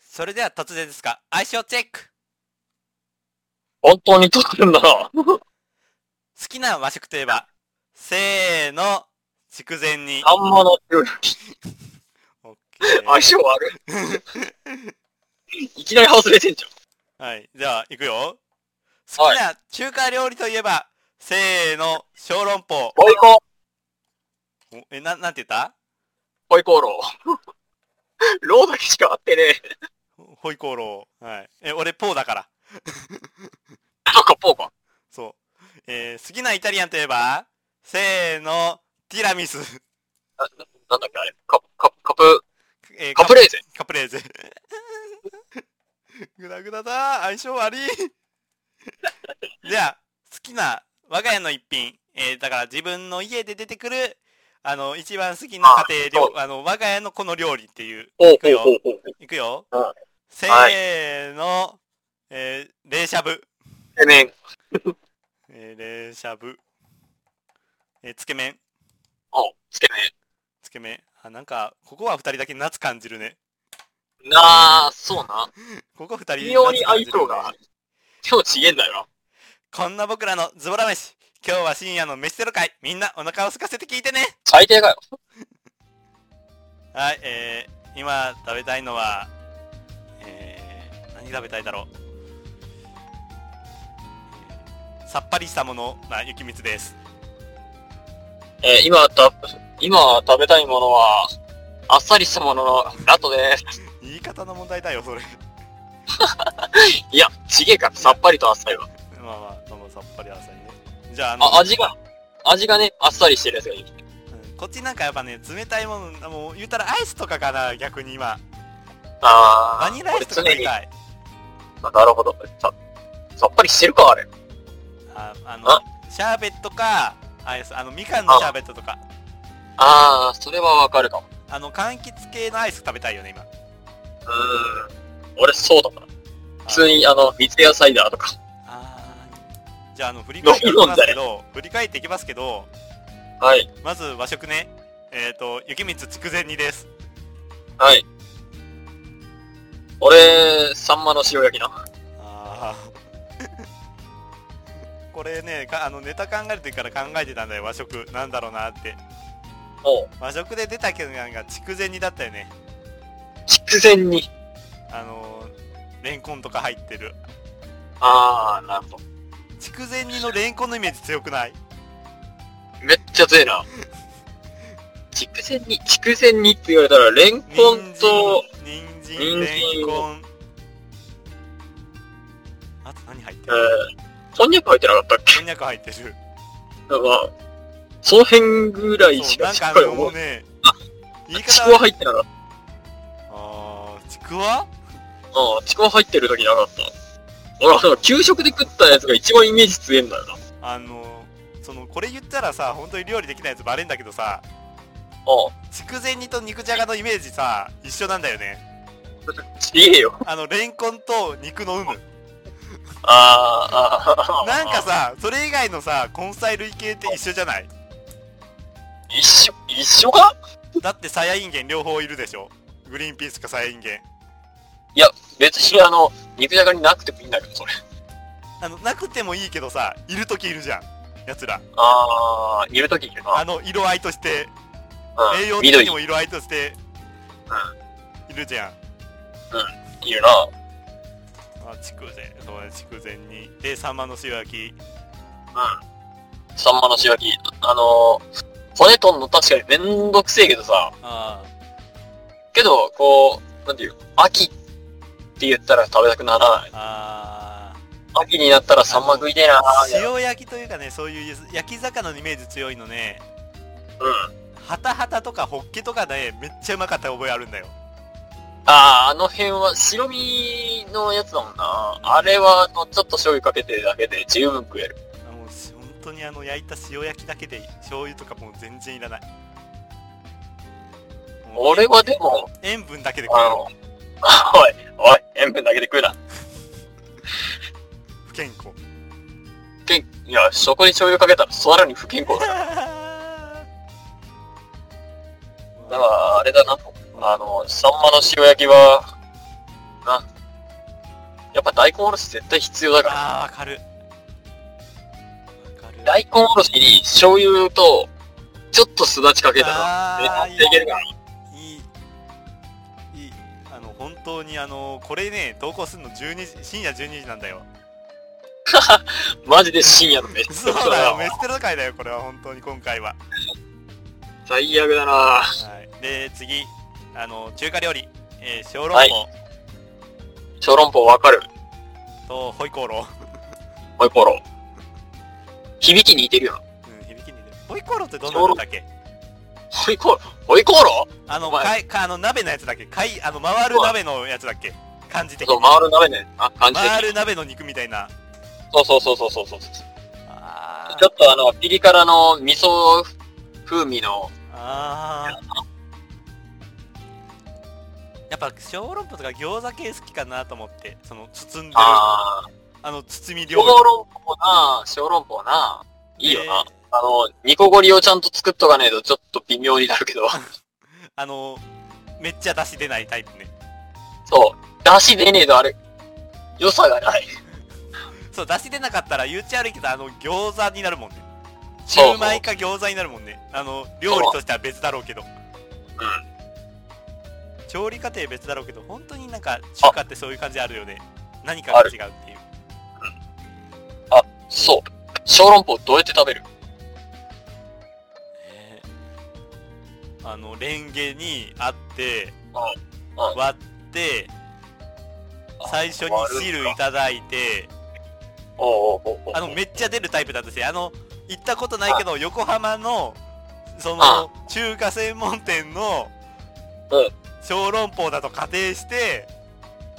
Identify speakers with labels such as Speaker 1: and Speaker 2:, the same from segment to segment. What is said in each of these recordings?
Speaker 1: それでは突然ですが、相性チェック
Speaker 2: 本当に撮ってん だな。
Speaker 1: 好きな和食といえば、せーの、筑前煮。
Speaker 2: あんまの料理。
Speaker 1: オッケー
Speaker 2: 相性悪い。いきなり外れてんじ
Speaker 1: はい、じゃあ、行くよ。好
Speaker 2: はい
Speaker 1: きな中華料理といえば、せーの、小籠包。
Speaker 2: ゃん。ホイコー、
Speaker 1: おえ、な、なんて言った
Speaker 2: ホイコーロー。ローだけしか合ってねえ。
Speaker 1: ほホイコーロー。はい。え、俺、ポーだから。
Speaker 2: そっか、ポーか。
Speaker 1: そう。えー好きなイタリアンといえば、せーの、ティラミス。
Speaker 2: なんだっけあれ。カカカプ、
Speaker 1: えー
Speaker 2: カプレーゼ。
Speaker 1: カプレーゼ。グダグダだ相性悪い。じゃあ、好きな我が家の一品。えーだから自分の家で出てくる、あの、一番好きな家庭料あの、我が家のこの料理っていう。
Speaker 2: おう
Speaker 1: くよ
Speaker 2: おうおうおう。
Speaker 1: いくよ。
Speaker 2: うん
Speaker 1: せーの、えー、冷しゃぶ。
Speaker 2: えめん。
Speaker 1: えー、冷しゃぶ。えー、つけ麺。
Speaker 2: おうつけ麺。
Speaker 1: つけ麺。あ、なんか、ここは二人だけ夏感じるね。
Speaker 2: なあ、そうな。
Speaker 1: ここ二人
Speaker 2: 微妙に
Speaker 1: 夏感じ
Speaker 2: 相
Speaker 1: るね
Speaker 2: 性が。でもちげえんだよな。
Speaker 1: こんな僕らのズボラ飯。今日は深夜の飯テロ会。みんなお腹を空かせて聞いてね。
Speaker 2: 最低かよ。
Speaker 1: はい、えー、今食べたいのは、えー、何食べたいだろう。さっぱりしたものな雪光です。
Speaker 2: えー今た、今食べたいものは、あっさりしたもののラトです。
Speaker 1: 言い方の問題だよ、それ。
Speaker 2: いや、ちげえから、さっぱりとあっさりは。
Speaker 1: まあまあ、まあまあさっぱり浅いね。じゃあ、あの、
Speaker 2: あ、味が、味がね、あっさりしてるやつがいい。
Speaker 1: うんこっちなんかやっぱね、冷たいもの、もう言ったらアイスとかかな、逆に今。
Speaker 2: あ
Speaker 1: バニラアイスとか食いたい。
Speaker 2: あ、なるほど。さ、さっぱりしてるか、あれ。
Speaker 1: ああの
Speaker 2: あ
Speaker 1: シャーベットかあれですあのみかんのシャーベットとか
Speaker 2: ああ、それはわかるかも。
Speaker 1: あの柑橘系のアイス食べたいよね今
Speaker 2: うーん。俺、そうだから。普通に、あの、三ツ矢サイダーとか。
Speaker 1: あーじゃああの振り返っていきますけど振り返っていきますけど
Speaker 2: はい。
Speaker 1: まず和食ねえっ、ー、と雪光筑前煮です
Speaker 2: はい。俺、サンマの塩焼きな。
Speaker 1: あー これねかあのネタ考える時から考えてたんだよ和食なんだろうなって
Speaker 2: おう。
Speaker 1: 和食で出たけどなんか筑前煮だったよね
Speaker 2: 筑前に。
Speaker 1: あのレンコンとか入ってる
Speaker 2: ああ、なるほど。
Speaker 1: 筑前煮のレンコンのイメージ強くない
Speaker 2: めっちゃ強いな。筑前に、筑前にって言われたら、レンコンと、
Speaker 1: 人参
Speaker 2: 人参
Speaker 1: レンコンあと何入って
Speaker 2: え
Speaker 1: る
Speaker 2: ー、こんにゃく入ってなかったっけ
Speaker 1: こんにゃく入ってる
Speaker 2: まあ、その辺ぐらい
Speaker 1: そ
Speaker 2: し
Speaker 1: う
Speaker 2: か
Speaker 1: なん
Speaker 2: し
Speaker 1: か
Speaker 2: っ
Speaker 1: あ
Speaker 2: かり
Speaker 1: のも
Speaker 2: 思
Speaker 1: う
Speaker 2: う。
Speaker 1: ね言い
Speaker 2: ち
Speaker 1: 方
Speaker 2: くわ入ってなかっ
Speaker 1: あーちくわ
Speaker 2: た。うん、ちくわ入ってる時なかった。俺、あの、給食で食ったやつが一番イメージ強えんだよな。うん。
Speaker 1: あのそのこれ言ったらさ本当に料理できないやつバレんだけどさ筑前煮と肉じゃがのイメージさ一緒なんだよね
Speaker 2: ちげえよ。
Speaker 1: あのレンコンと肉の有無
Speaker 2: あーあー、
Speaker 1: なんか、さそれ以外のさ根菜類系って一緒じゃない
Speaker 2: 一緒、一緒か
Speaker 1: だってさやいんげん両方いるでしょグリーンピースかさやいんげん
Speaker 2: 別にあの、肉じゃがになくてもいいんだけど、それ。
Speaker 1: あの、なくてもいいけどさ、いるときいるじゃん。やつら。
Speaker 2: ああ、いる時いる
Speaker 1: あ
Speaker 2: な。
Speaker 1: の、色合いとして、
Speaker 2: うん、
Speaker 1: 栄養的
Speaker 2: 緑
Speaker 1: にも色合いとして、いるじゃん。
Speaker 2: いるな。
Speaker 1: あ、筑前、そうね、筑前に。で、サンマの塩焼き。
Speaker 2: うん。サンマの塩焼き。あのー、骨取んの確かにめんどくせえけどさ、
Speaker 1: あ
Speaker 2: けど、こう、なんていう、秋って言ったら食べたくならない。
Speaker 1: あ
Speaker 2: 秋になったらサンマ食いてえなー
Speaker 1: ー。塩焼きというかね、そういう焼き魚のイメージ強いのね、
Speaker 2: うん。
Speaker 1: ハタハタとかホッケとかね、めっちゃうまかった覚えあるんだよ。
Speaker 2: あー、あの辺は白身のやつだもんな。あれは、あのちょっと醤油かけてるだけで十分食える。
Speaker 1: あの、し本当にあの、焼いた塩焼きだけでいい、醤油とかもう全然いらない。もう
Speaker 2: 俺はでも、
Speaker 1: 塩分だけで食え
Speaker 2: あ
Speaker 1: る
Speaker 2: の、 おい、おい、塩分だけで食うな。
Speaker 1: 不健康。
Speaker 2: けんいや、そこに醤油かけたらさらに不健康だ。だから、あれだな。あの、サンマの塩焼きは、な。やっぱ大根おろし絶対必要だから。
Speaker 1: ああ、わかる。わかる。
Speaker 2: 大根おろしに醤油と、ちょっとすだちかけたら、絶
Speaker 1: ああ、
Speaker 2: 対
Speaker 1: い
Speaker 2: いけるから。
Speaker 1: い。いい。いい。あの、本当にあの、これね、投稿するの12時、深夜12時なんだよ。
Speaker 2: マジで深夜のめっちゃ
Speaker 1: そうだよ、メステロ会だよ、これは本当に今回は。
Speaker 2: 最悪だな
Speaker 1: はい。で、次、あの、中華料理。えー、小籠
Speaker 2: はい
Speaker 1: 包
Speaker 2: 小籠包わかる。
Speaker 1: とホイコーロー。
Speaker 2: ホイコーロー。響き似てるよな。
Speaker 1: うん、響きに似てる。ホイコーローってどんなやつだっけ
Speaker 2: ホイコーロー、ホイコーロー
Speaker 1: あの、
Speaker 2: お前
Speaker 1: かいかあの鍋のやつだっけかいあの、回る鍋のやつだっけ感じ的
Speaker 2: そう、
Speaker 1: に。
Speaker 2: 回る鍋ね。あ、感じ的
Speaker 1: 回
Speaker 2: に。
Speaker 1: る鍋の肉みたいな。
Speaker 2: そうそうそうそうそうそう。ち
Speaker 1: あ
Speaker 2: ょっとあの、ピリ辛の味噌風味の、
Speaker 1: あーやっぱ小籠包とか餃子系好きかなと思ってその包んでるあ
Speaker 2: あー、
Speaker 1: の包み
Speaker 2: 小
Speaker 1: 料理
Speaker 2: 籠包な小籠包な。いいよな。あの、煮こごりをちゃんと作っとかねえとちょっと微妙になるけど。
Speaker 1: であのめっちゃ出汁出ないタイプね
Speaker 2: そう。出汁出ねえとあれ、良さがない。
Speaker 1: そう出汁出なかったら UTR けどあの餃子になるもんねシ
Speaker 2: そう
Speaker 1: ューマイか餃子になるもんねあの料理としては別だろうけど
Speaker 2: うん。
Speaker 1: 調理過程別だろうけど本当になんか中華ってそういう感じあるよね何かが違うっていう
Speaker 2: そう。小籠包どうやって食べる
Speaker 1: えーあのレンゲにあって
Speaker 2: うんうん
Speaker 1: 割って
Speaker 2: あ
Speaker 1: 最初に汁いただいて
Speaker 2: おうおうおうおう
Speaker 1: あのめっちゃ出るタイプだったしあの行ったことないけど横浜のそ
Speaker 2: あ
Speaker 1: の中華専門店の
Speaker 2: うん
Speaker 1: 小籠包だと仮定して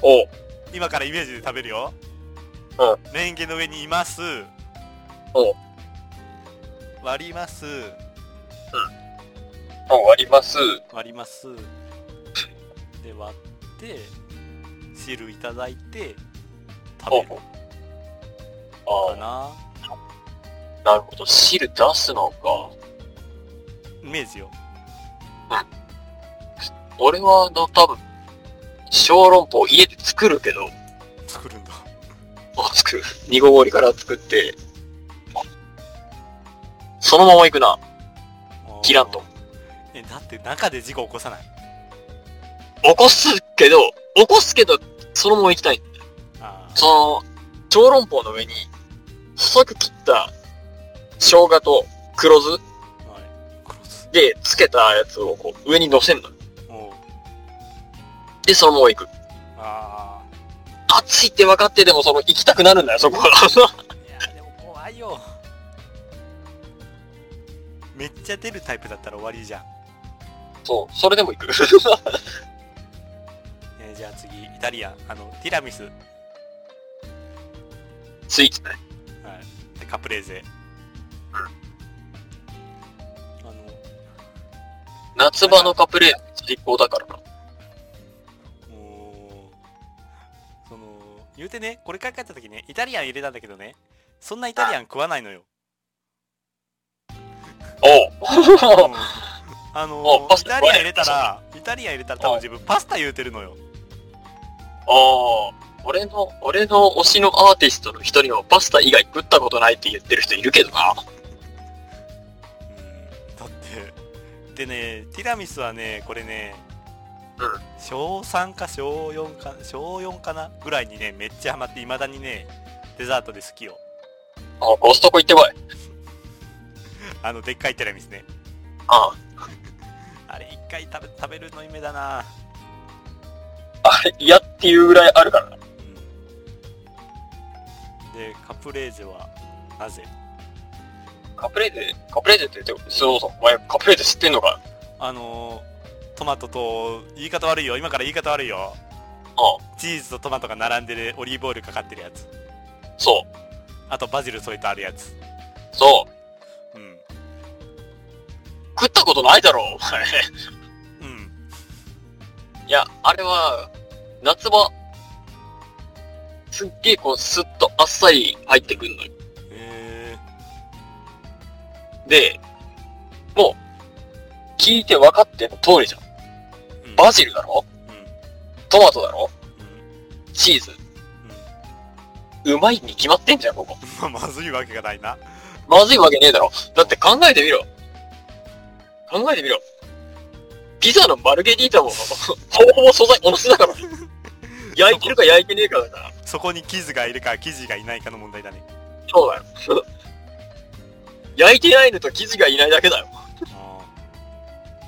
Speaker 2: おう
Speaker 1: 今からイメージで食べるよ
Speaker 2: う
Speaker 1: レンゲの上にいます
Speaker 2: おう
Speaker 1: 割ります
Speaker 2: 終わります。
Speaker 1: 割りますで割って汁いただいて食べる
Speaker 2: あ
Speaker 1: かな
Speaker 2: あ、なるほど。汁出すのか。
Speaker 1: イメージよ
Speaker 2: 俺は、あの、多分、小籠包家で作るけど、
Speaker 1: 作るんだ
Speaker 2: あ、作る。煮こごりから作って、そのまま行くな。切らんと
Speaker 1: えだって中で事故起こさない
Speaker 2: 起こすけど、起こすけど、そのまま行きたい。
Speaker 1: あー
Speaker 2: その、小籠包の上に、細く切った、生姜と黒酢
Speaker 1: はい殺す
Speaker 2: で、つけたやつをこう、上に乗せんの。
Speaker 1: もう
Speaker 2: で、そのまま行く。
Speaker 1: あ
Speaker 2: 暑いって分かってても、その、行きたくなるんだよ、そこは。
Speaker 1: あいやでも怖いよめっちゃ出るタイプだったら終わりじゃん、
Speaker 2: そう、それでも行く。
Speaker 1: えーじゃあ次イタリアンあのティラミス、はい、
Speaker 2: スイーツね。
Speaker 1: でカプレーゼあの
Speaker 2: 夏場のカプレーゼ最高だからな。
Speaker 1: もうその言うてねこれから帰った時ねイタリアン入れたんだけどねそんなイタリアン食わないのよ、
Speaker 2: お
Speaker 1: う
Speaker 2: うん
Speaker 1: あの
Speaker 2: おパ
Speaker 1: イ
Speaker 2: スタ
Speaker 1: タリアン入れたらイタリアン入れたら多分自分パスタ言うてるのよ
Speaker 2: ああ、俺の、俺の推しのアーティストの一人はパスタ以外食ったことないって言ってる人いるけどな。
Speaker 1: うんだってでねティラミスはねこれね、
Speaker 2: うん
Speaker 1: 小3か小4か小4かなぐらいにねめっちゃハマっていまだにねデザートで好きよ
Speaker 2: あコストコ行ってこい。
Speaker 1: あのでっかいティラミスね
Speaker 2: あ
Speaker 1: あれ一回食べ食べるの夢だな
Speaker 2: あ、あれ嫌っていうぐらいあるからな。
Speaker 1: うんでカプレーゼはなぜ
Speaker 2: カプレーゼ、カプレーゼって言って、そうそう、お前カプレーゼ知ってんのか
Speaker 1: あのートマトと言い方悪いよ今から言い方悪いよ
Speaker 2: あ
Speaker 1: チーズとトマトが並んでるオリーブオイルかかってるやつ
Speaker 2: そう、
Speaker 1: あとバジル添えてあるやつ
Speaker 2: そう。
Speaker 1: うん
Speaker 2: 食ったことないだろ、お前。
Speaker 1: うん
Speaker 2: いや、あれは、夏場、すっげえこう、スッとあっさり入ってくるのよ。
Speaker 1: え
Speaker 2: で、もう、聞いて分かっての通りじゃん。
Speaker 1: ーうん
Speaker 2: バジルだろ
Speaker 1: うん
Speaker 2: トマトだろ
Speaker 1: うん
Speaker 2: チーズ。うまいに決まってんじゃん、ここ。
Speaker 1: うん、 まあまずいわけがないな。
Speaker 2: まずいわけねえだろ。だって考えてみろ。考えてみろ。ピザのマルゲリータも、ほぼほぼ素材同じだから。焼いてるか焼いてねえかだから。
Speaker 1: そこにキズがいるか、キジがいないかの問題だね。
Speaker 2: そうだよ。 焼いてないのと生地がいないだけだよ。
Speaker 1: あ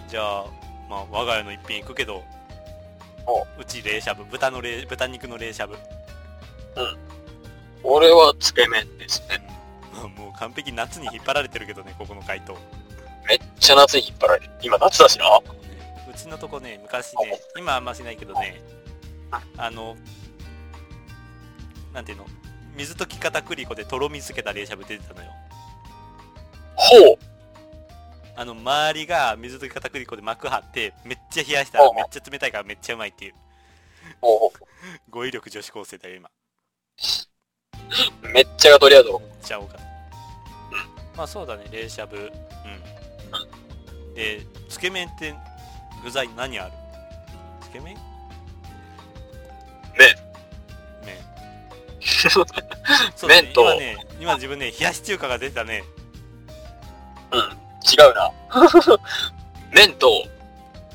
Speaker 1: ーじゃあ、まあ、我が家の一品行くけど
Speaker 2: お
Speaker 1: うち冷しゃぶ豚の冷豚肉の冷しゃぶ、
Speaker 2: 俺はつけ麺ですね。
Speaker 1: まあ もう完璧夏に引っ張られてるけどねここの回答
Speaker 2: めっちゃ夏に引っ張られてる。今夏だしな。
Speaker 1: うちのとこね昔ね今はあんましないけどねあのなんていうの水溶き片栗粉でとろみつけた冷しゃぶ出てたのよ
Speaker 2: ほう。
Speaker 1: あの周りが水溶き片栗粉で膜張ってめっちゃ冷やしたら
Speaker 2: お
Speaker 1: めっちゃ冷たいからめっちゃうまいっていう
Speaker 2: ほうほ
Speaker 1: 語彙力女子高生だよ今
Speaker 2: う。めっちゃがとりあえず、
Speaker 1: めっちゃ多かったまあそうだね冷しゃぶうんでつけ麺って具材何あるつけ麺麺そうだね
Speaker 2: 麺と
Speaker 1: 今ね今自分ね冷やし中華が出てたね
Speaker 2: うん。 違うな。麺と、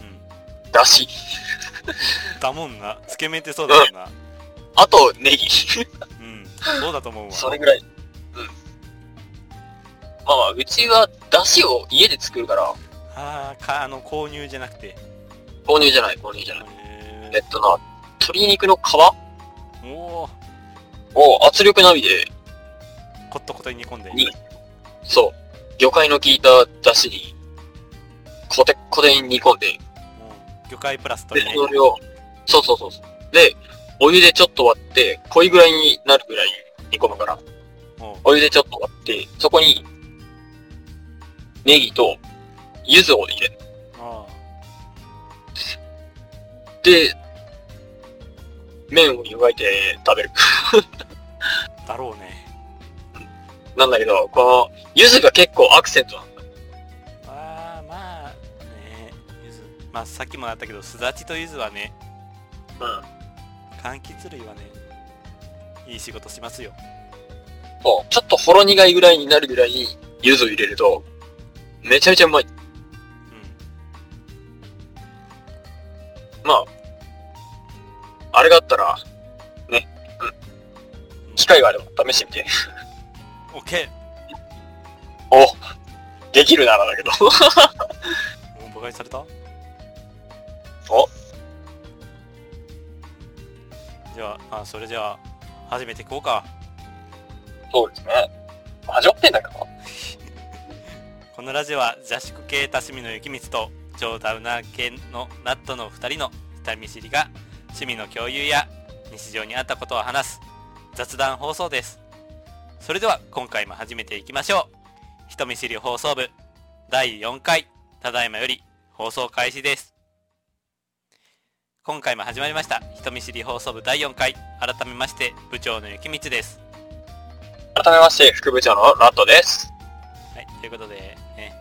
Speaker 1: うん
Speaker 2: だし。
Speaker 1: だもんなつけ麺ってそうだもんな
Speaker 2: あと、ネギ。
Speaker 1: うんそうだと思うわ
Speaker 2: それぐらい。うん。まあまあ、うちは、だしを家で作るから、
Speaker 1: あーかあの購入じゃなくて
Speaker 2: 購入じゃない、購入じゃない。
Speaker 1: へ
Speaker 2: え
Speaker 1: え
Speaker 2: っとな、鶏肉の皮
Speaker 1: おおー
Speaker 2: を圧力鍋で、
Speaker 1: コットコトに煮込んで
Speaker 2: にそう、魚介の効いただしに、コテッコテに煮込んで、
Speaker 1: うん魚介プラス
Speaker 2: で
Speaker 1: 鶏、ね
Speaker 2: それを、そうそうそうそう。で、お湯でちょっと割って、濃いぐらいになるぐらい煮込むから、
Speaker 1: おう
Speaker 2: お湯でちょっと割って、そこに、ネギと、柚子を入れる。
Speaker 1: あ
Speaker 2: で、麺を湯がいて食べる。
Speaker 1: ーだろうね
Speaker 2: なんだけど、この、柚子が結構アクセントなんだ。
Speaker 1: あーまあねゆずまあさっきもあったけどすだちとゆずはね
Speaker 2: うん。
Speaker 1: 柑橘類はねいい仕事しますよ
Speaker 2: そう。ちょっとほろ苦いぐらいになるぐらいに、柚子を入れると、めちゃめちゃうまい。
Speaker 1: うん
Speaker 2: まあ、あれがあったら、ね、うん。機会があれば試してみて。
Speaker 1: オッケ
Speaker 2: おできるならだけど。
Speaker 1: ーもう馬鹿にされたおじゃああそれじゃあ始めていこうか
Speaker 2: そうですね。始まってんだけど。
Speaker 1: このラジオは雑食系多趣味の雪光と超ダウナー系のナットの2人の下見知りが趣味の共有や日常にあったことを話す雑談放送ですそれでは今回も始めていきましょう人見知り放送部第4回ただいまより放送開始です今回も始まりました人見知り放送部第4回改めまして部長の雪光です
Speaker 2: 改めまして、副部長のラットです。
Speaker 1: はい、ということで、ね、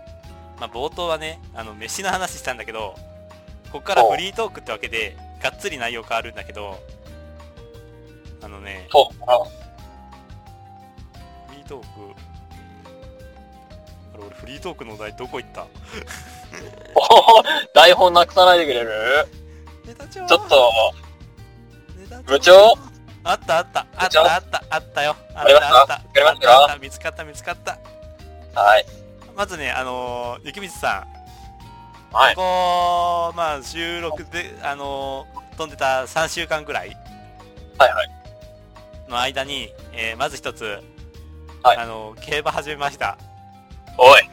Speaker 1: まあ、冒頭はね、あの、飯の話したんだけど、ここからフリートークってわけで、がっつり内容変わるんだけど、あのね、
Speaker 2: そう。あ
Speaker 1: フリートーク、あれ、俺フリートークのお題どこ行った
Speaker 2: おほほ 台本なくさないでくれる
Speaker 1: ネタ帳
Speaker 2: ちょっと、
Speaker 1: ネタ帳
Speaker 2: 部長
Speaker 1: あったあった、あっ
Speaker 2: 部長
Speaker 1: たあった、あったよ。あ
Speaker 2: り
Speaker 1: っ
Speaker 2: ました
Speaker 1: たあった。あ
Speaker 2: わかりました
Speaker 1: ったあった見つかった見つかった。
Speaker 2: はい。
Speaker 1: まずね、あのー、雪光さん、
Speaker 2: はい。
Speaker 1: ここ、まあ、収録で、あのー飛んでた3週間ぐらい
Speaker 2: はいはい。
Speaker 1: の間に、えーまず一つ、
Speaker 2: はい
Speaker 1: あのー競馬始めま した。
Speaker 2: おい、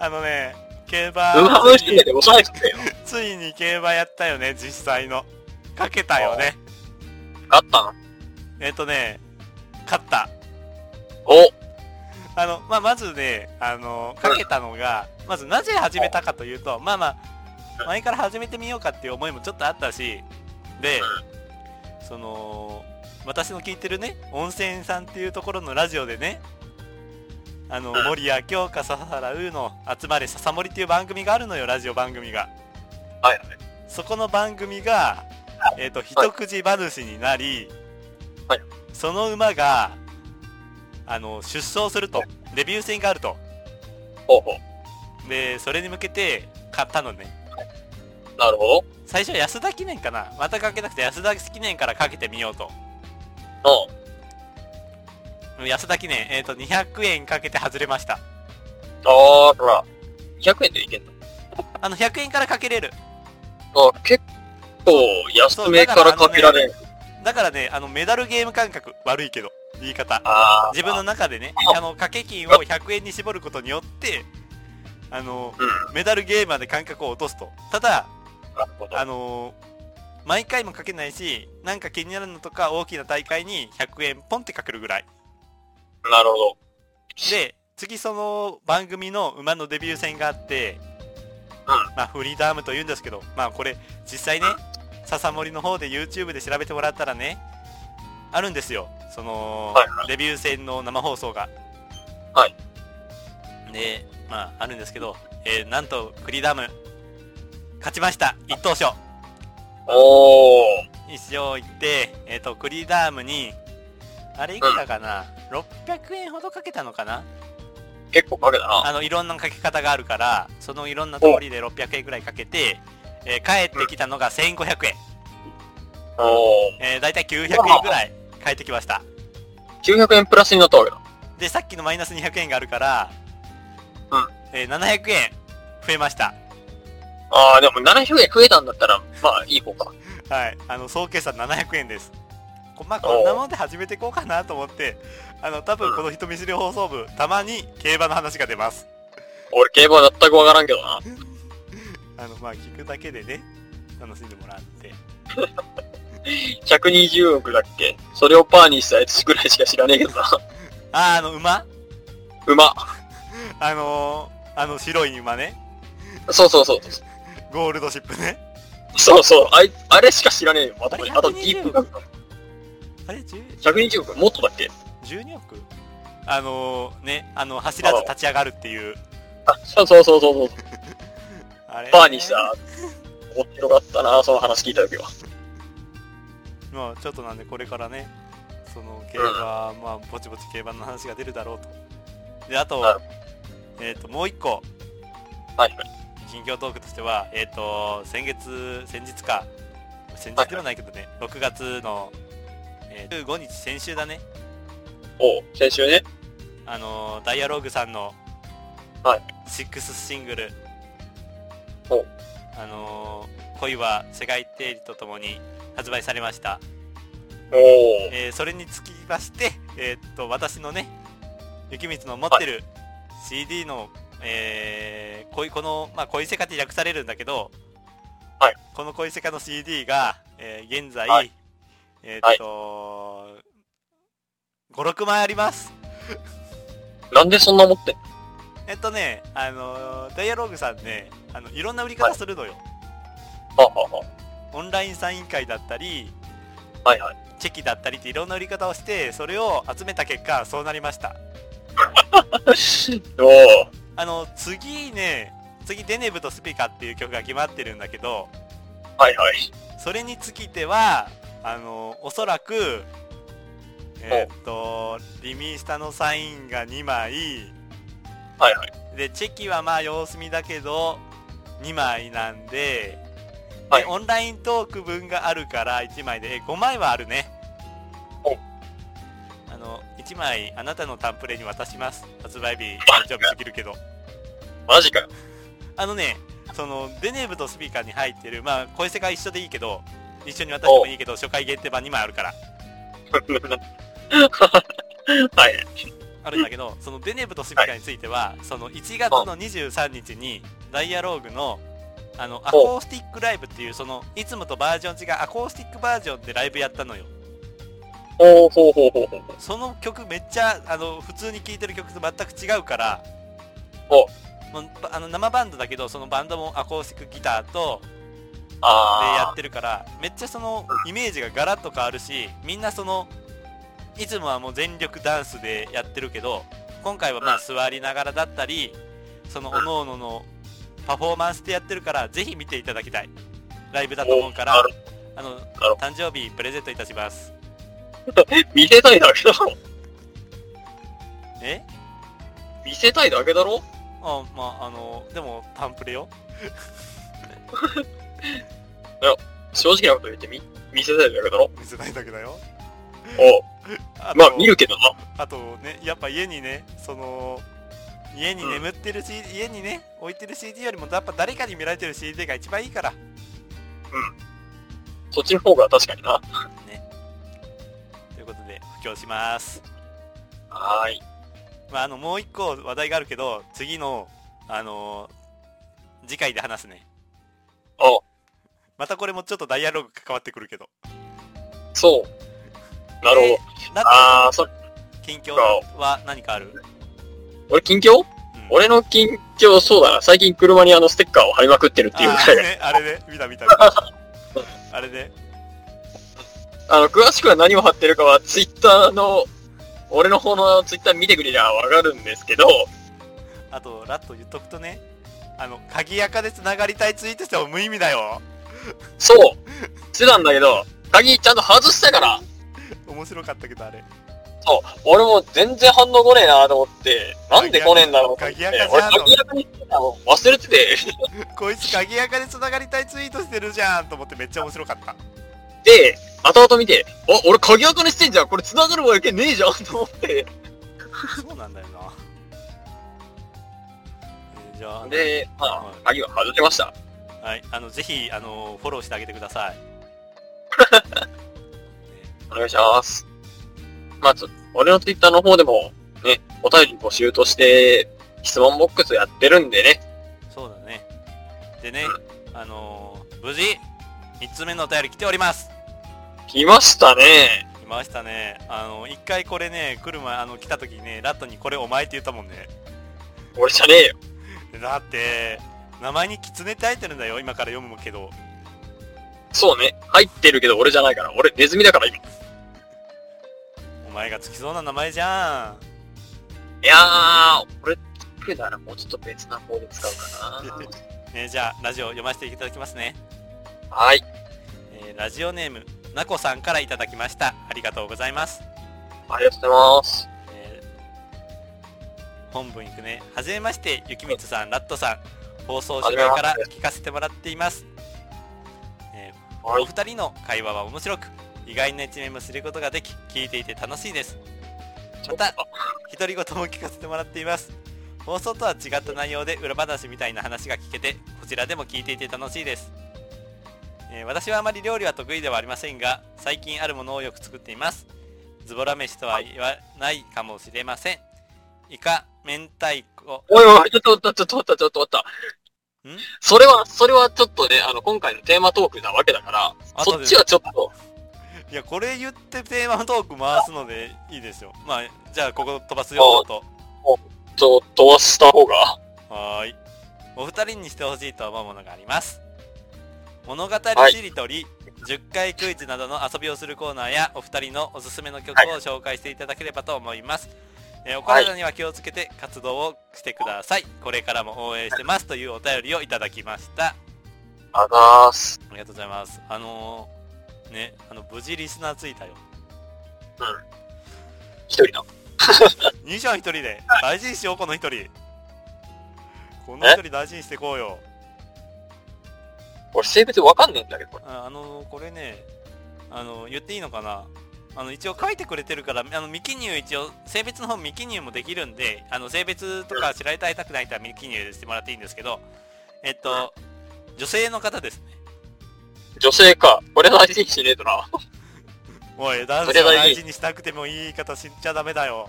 Speaker 1: あのね、競馬、
Speaker 2: 馬
Speaker 1: つ
Speaker 2: の時
Speaker 1: いに
Speaker 2: 点で押さえてくれよ。
Speaker 1: ついに競馬やったよね、実際の。かけたよね。
Speaker 2: 勝ったの
Speaker 1: えっ、とね、勝った。
Speaker 2: お
Speaker 1: あの、まあ、まずね、あのーかけたのが、まずなぜ始めたかというと、まあまあ、前から始めてみようかっていう思いもちょっとあったし、で、その、私の聞いてるね、温泉さんっていうところのラジオでね、あの、
Speaker 2: うん
Speaker 1: 森谷京香、笹原優の集まれ笹森っていう番組があるのよ、ラジオ番組が。
Speaker 2: はいはい。
Speaker 1: そこの番組が、えっ、と、一口馬主になり、
Speaker 2: はい
Speaker 1: その馬が、あの、出走すると、デビュー戦があると。
Speaker 2: ほうほ
Speaker 1: で、それに向けて買ったのね。
Speaker 2: う。なるほど。
Speaker 1: 最初安田記念かなまたかけなくて安田記念からかけてみようと。
Speaker 2: うん。
Speaker 1: 安田記念、えっ、と、200円かけて外れました。
Speaker 2: あー、ほら。200円でいけんの
Speaker 1: あの、100円からかけれる。
Speaker 2: あ、結構、安めからかけられる。
Speaker 1: だからね、あの、メダルゲーム感覚、悪いけど、言い方。
Speaker 2: あー。
Speaker 1: 自分の
Speaker 2: の。
Speaker 1: 中でね、あの、掛け金を100円に絞ることによって、あの、
Speaker 2: うん。
Speaker 1: メダルゲームまで感覚を落とすと。ただ、
Speaker 2: なるほど。
Speaker 1: あのー毎回もかけないし、なんか気になるのとか大きな大会に100円ポンってかけるぐらい。
Speaker 2: なるほど。
Speaker 1: で、次その番組の馬のデビュー戦があって、まあフリーダームと言うんですけど、まあこれ実際ね、笹森の方で YouTube で調べてもらったらね、あるんですよ。その、
Speaker 2: はい
Speaker 1: デビュー戦の生放送が。
Speaker 2: はい。
Speaker 1: で、まああるんですけど、えーなんとフリーダーム、勝ちました一等賞
Speaker 2: おー。
Speaker 1: 一応行って、えっ、と、クリーダームに、あれいくらかな、?600 円ほどかけたのかな
Speaker 2: 結構かけたな。
Speaker 1: あの、いろんなかけ方があるから、そのいろんな通りで600円くらいかけて、えー帰ってきたのが1500円。
Speaker 2: おー。
Speaker 1: えー、だいたい900円くらい帰ってきました。
Speaker 2: 900円プラスになったわけだ。
Speaker 1: で、さっきのマイナス200円があるから、
Speaker 2: うん
Speaker 1: えー700円増えました。
Speaker 2: あー、でも700円増えたんだったら、まあ、いい方か。
Speaker 1: はい。あの、総計算700円です。こまあ、こんなもんで始めていこうかなと思って、あの、多分この人見知り放送部、たまに競馬の話が出ます。
Speaker 2: 俺、競馬全くわからんけどな。
Speaker 1: あのまあ聞くだけでね楽しんでもらって
Speaker 2: 120億だっけそれをパーにしたやつぐらいしか知らねえけどな。
Speaker 1: あーあの馬
Speaker 2: 馬。
Speaker 1: あのー、あの白い馬ね
Speaker 2: そうそうそう。
Speaker 1: ゴールドシップね
Speaker 2: そうそう。あいあれしか知らねえよ。まともに。
Speaker 1: あれ
Speaker 2: あと、ディープ学。
Speaker 1: あれ10
Speaker 2: 120億もっとだっけ
Speaker 1: 12億あのー、ねあの走らず立ち上がるっていう
Speaker 2: あ、そうそうそうそうそう。
Speaker 1: あれ
Speaker 2: パーにした。面白かったな、その話聞いた時は。
Speaker 1: まあちょっとなんでこれからねその競馬、まあぼちぼち競馬の話が出るだろうとであと
Speaker 2: は
Speaker 1: えっ、ともう一個
Speaker 2: はい。
Speaker 1: 近況トークとしては、えっ、と、先月、先日か、先日ではないけどね、6月の、えー15日、先週だね、
Speaker 2: おう先週ね。
Speaker 1: あのーダイアローグさんの、
Speaker 2: はい。
Speaker 1: 6シングル、
Speaker 2: お
Speaker 1: あのー恋は世界定理とともに発売されました。
Speaker 2: おお
Speaker 1: えーそれにつきまして、えーっと、私のね、雪光の持ってる CD の、えー、恋、この、まあ、恋セカって略されるんだけど、
Speaker 2: はい
Speaker 1: この恋セカの CD が、えー現在、
Speaker 2: はい
Speaker 1: えーっと、5、6枚あります。
Speaker 2: なんでそんな持ってんの
Speaker 1: えっとね、あのーダイアローグさんね、あの、いろんな売り方するのよ。
Speaker 2: ああ
Speaker 1: オンラインサイン会だったり、
Speaker 2: あはい はい。
Speaker 1: チェキだったりっていろんな売り方をして、それを集めた結果、そうなりました。
Speaker 2: おお
Speaker 1: あの、次ね、次デネブとスピカっていう曲が決まってるんだけど、
Speaker 2: はいはい。
Speaker 1: それにつきては、あの、おそらく、えーっと、リミースタのサインが2枚、
Speaker 2: はいはい。
Speaker 1: で、チェキはまあ様子見だけど、2枚なんで、で
Speaker 2: はい
Speaker 1: オンライントーク分があるから1枚で、え5枚はあるね
Speaker 2: お。
Speaker 1: あの、1枚あなたのタンプレに渡します。発売日、誕生日過ぎるけど。
Speaker 2: マジかよ。
Speaker 1: あのね、その、デネブとスピーカーに入ってる、まあ、声世界一緒でいいけど、一緒に渡してもいいけど、初回限定版2枚あるから、
Speaker 2: はい。
Speaker 1: あるんだけど、そのデネブとスピーカーについては、その1月の23日に、ダイアローグの、あの、アコースティックライブっていう、その、いつもとバージョン違うアコースティックバージョンでライブやったのよ。
Speaker 2: おおほうほうほうほうほう。
Speaker 1: その曲めっちゃ、あの、普通に聴いてる曲と全く違うから、
Speaker 2: お
Speaker 1: もうあの生バンドだけど、そのバンドもアコースティックギターと、でや
Speaker 2: あ
Speaker 1: ってるからめっちゃそのイメージがガラッと変わるしみんなそのいつもはもう全力ダンスでやってるけど今回はまあ座りながらだったりその各々のパフォーマンスでやってるからぜひ見ていただきたいライブだと思うから
Speaker 2: おなる
Speaker 1: あの
Speaker 2: あの
Speaker 1: 誕生日プレゼントいたします
Speaker 2: 見せたいだけだろ。
Speaker 1: え
Speaker 2: 見せたいだけだろ
Speaker 1: あまああのでもパンプレよ
Speaker 2: 正直なこと言ってみ、見せたいだけだろ
Speaker 1: 見せないだけだよ
Speaker 2: おう
Speaker 1: あと
Speaker 2: まあ見るけどな。
Speaker 1: あとねやっぱ家にねその家に眠ってる CD、家にね置いてる CD よりもやっぱ誰かに見られてる CD が一番いいから
Speaker 2: そっちの方が確かにな。
Speaker 1: ということで布教します
Speaker 2: はーい。
Speaker 1: まああのもう一個話題があるけど次のあのー次回で話すね
Speaker 2: お
Speaker 1: またこれもちょっとダイアログ関わってくるけど
Speaker 2: そう。なるほど
Speaker 1: え。な
Speaker 2: あー、そ、
Speaker 1: 近況は何かある、
Speaker 2: 俺近況
Speaker 1: うん
Speaker 2: 俺の近況、そうだな。最近車にあのステッカーを貼りまくってるっていう
Speaker 1: あ
Speaker 2: ぐ
Speaker 1: あれ
Speaker 2: らい。
Speaker 1: ねあれね見た見た見たあれね
Speaker 2: あの、詳しくは何を貼ってるかは、ツイッターの、俺の方のツイッター見てくれりゃわかるんですけど、
Speaker 1: あとラット言っとくとねあの鍵垢でつながりたいツイートしても無意味だよ
Speaker 2: そうしてたんだけど、鍵ちゃんと外したから、
Speaker 1: 面白かったけどあれ
Speaker 2: そう、俺も全然反応来ねえなと思って、なんで来ねえんだろうと思って
Speaker 1: 鍵垢じゃん
Speaker 2: 俺鍵垢にしてたの忘れてて、
Speaker 1: こいつ鍵垢でつながりたいツイートしてるじゃんと思ってめっちゃ面白かった
Speaker 2: で、後々見て、あ、俺鍵垢にしてんじゃん、これ繋がるわけねえじゃんと思って、
Speaker 1: そうなんだよな、えーじゃあ
Speaker 2: で、まあ
Speaker 1: はい、
Speaker 2: 鍵は外れました。
Speaker 1: はい、あのぜひあのフォローしてあげてください。
Speaker 2: お願いします。まあ、ちょ俺のツイッターの方でも、ね、お便り募集として、質問ボックスやってるんでね。
Speaker 1: そうだね。でね、あのー無事3つ目のお便り来ております。
Speaker 2: 来ましたね。
Speaker 1: 来ましたね。あの一回これね来る前あの来た時にねラットにこれお前って言ったもんね。
Speaker 2: 俺じゃねえよ。
Speaker 1: でだって名前に狐って入ってるんだよ今から読むけど。
Speaker 2: そうね。入ってるけど俺じゃないから。俺ネズミだから今。い
Speaker 1: お前がつきそうな名前じゃん。
Speaker 2: やー、俺、作るならもうちょっと別な方で使うか
Speaker 1: ねじゃあラジオ読ませていただきますね。
Speaker 2: な。はい。
Speaker 1: えーラジオネームなこさんからいただきました。ありがとうございます。
Speaker 2: ありがとうございます。
Speaker 1: えー本文行くねはじめまして雪光さんラットさん放送初回から
Speaker 2: はじめま
Speaker 1: 聞かせてもらっています、えー
Speaker 2: はい
Speaker 1: お二人の会話は面白く意外な一面も知ることができ聞いていて楽しいですまた独り言も聞かせてもらっています放送とは違った内容で裏話みたいな話が聞けてこちらでも聞いていて楽しいです、えー私はあまり料理は得意ではありませんが最近あるものをよく作っていますズボラ飯とは言わないかもしれませんイカ明太子
Speaker 2: おいおい、ちょっと、ちょっと、ちょっと、ちょっと、ちょっと、
Speaker 1: ん
Speaker 2: それは、それはちょっとね、あの、今回のテーマトークなわけだから、
Speaker 1: 後
Speaker 2: そっ
Speaker 1: で
Speaker 2: ちはちょっと、
Speaker 1: いやこれ言ってテーマトーク回すのでいいですよまあじゃあここ飛ばすよちょっ
Speaker 2: ちょっとした方が。
Speaker 1: とはーいお二人にしてほしいと思うものがあります物語
Speaker 2: はい
Speaker 1: しりとり、10回クイズなどの遊びをするコーナーやお二人のおすすめの曲を紹介していただければと思います、えーお体には気をつけて活動をしてくださいこれからも応援してますというお便りをいただきました
Speaker 2: あざーす。
Speaker 1: ありがとうございます。あのー、ね、あの、無事リスナーついたよ。
Speaker 2: 一人の。
Speaker 1: 兄ちゃん一人で、大事にしよう、この一人。この一人大事にしてこうよ。
Speaker 2: 俺性別わかんねえんだけど、これ。
Speaker 1: ああのー、これね、あのー、言っていいのかなあの、一応書いてくれてるから、あの、未記入一応、性別の方未記入もできるんで、あの、性別とか知られたいたくない人は未記入してもらっていいんですけど、えっと、女性の方ですね。
Speaker 2: 女性か。俺の相手にしねえとな。
Speaker 1: おい、男子
Speaker 2: それ
Speaker 1: を
Speaker 2: はいい
Speaker 1: 大事にしたくてもいい言い方しちゃダメだよ。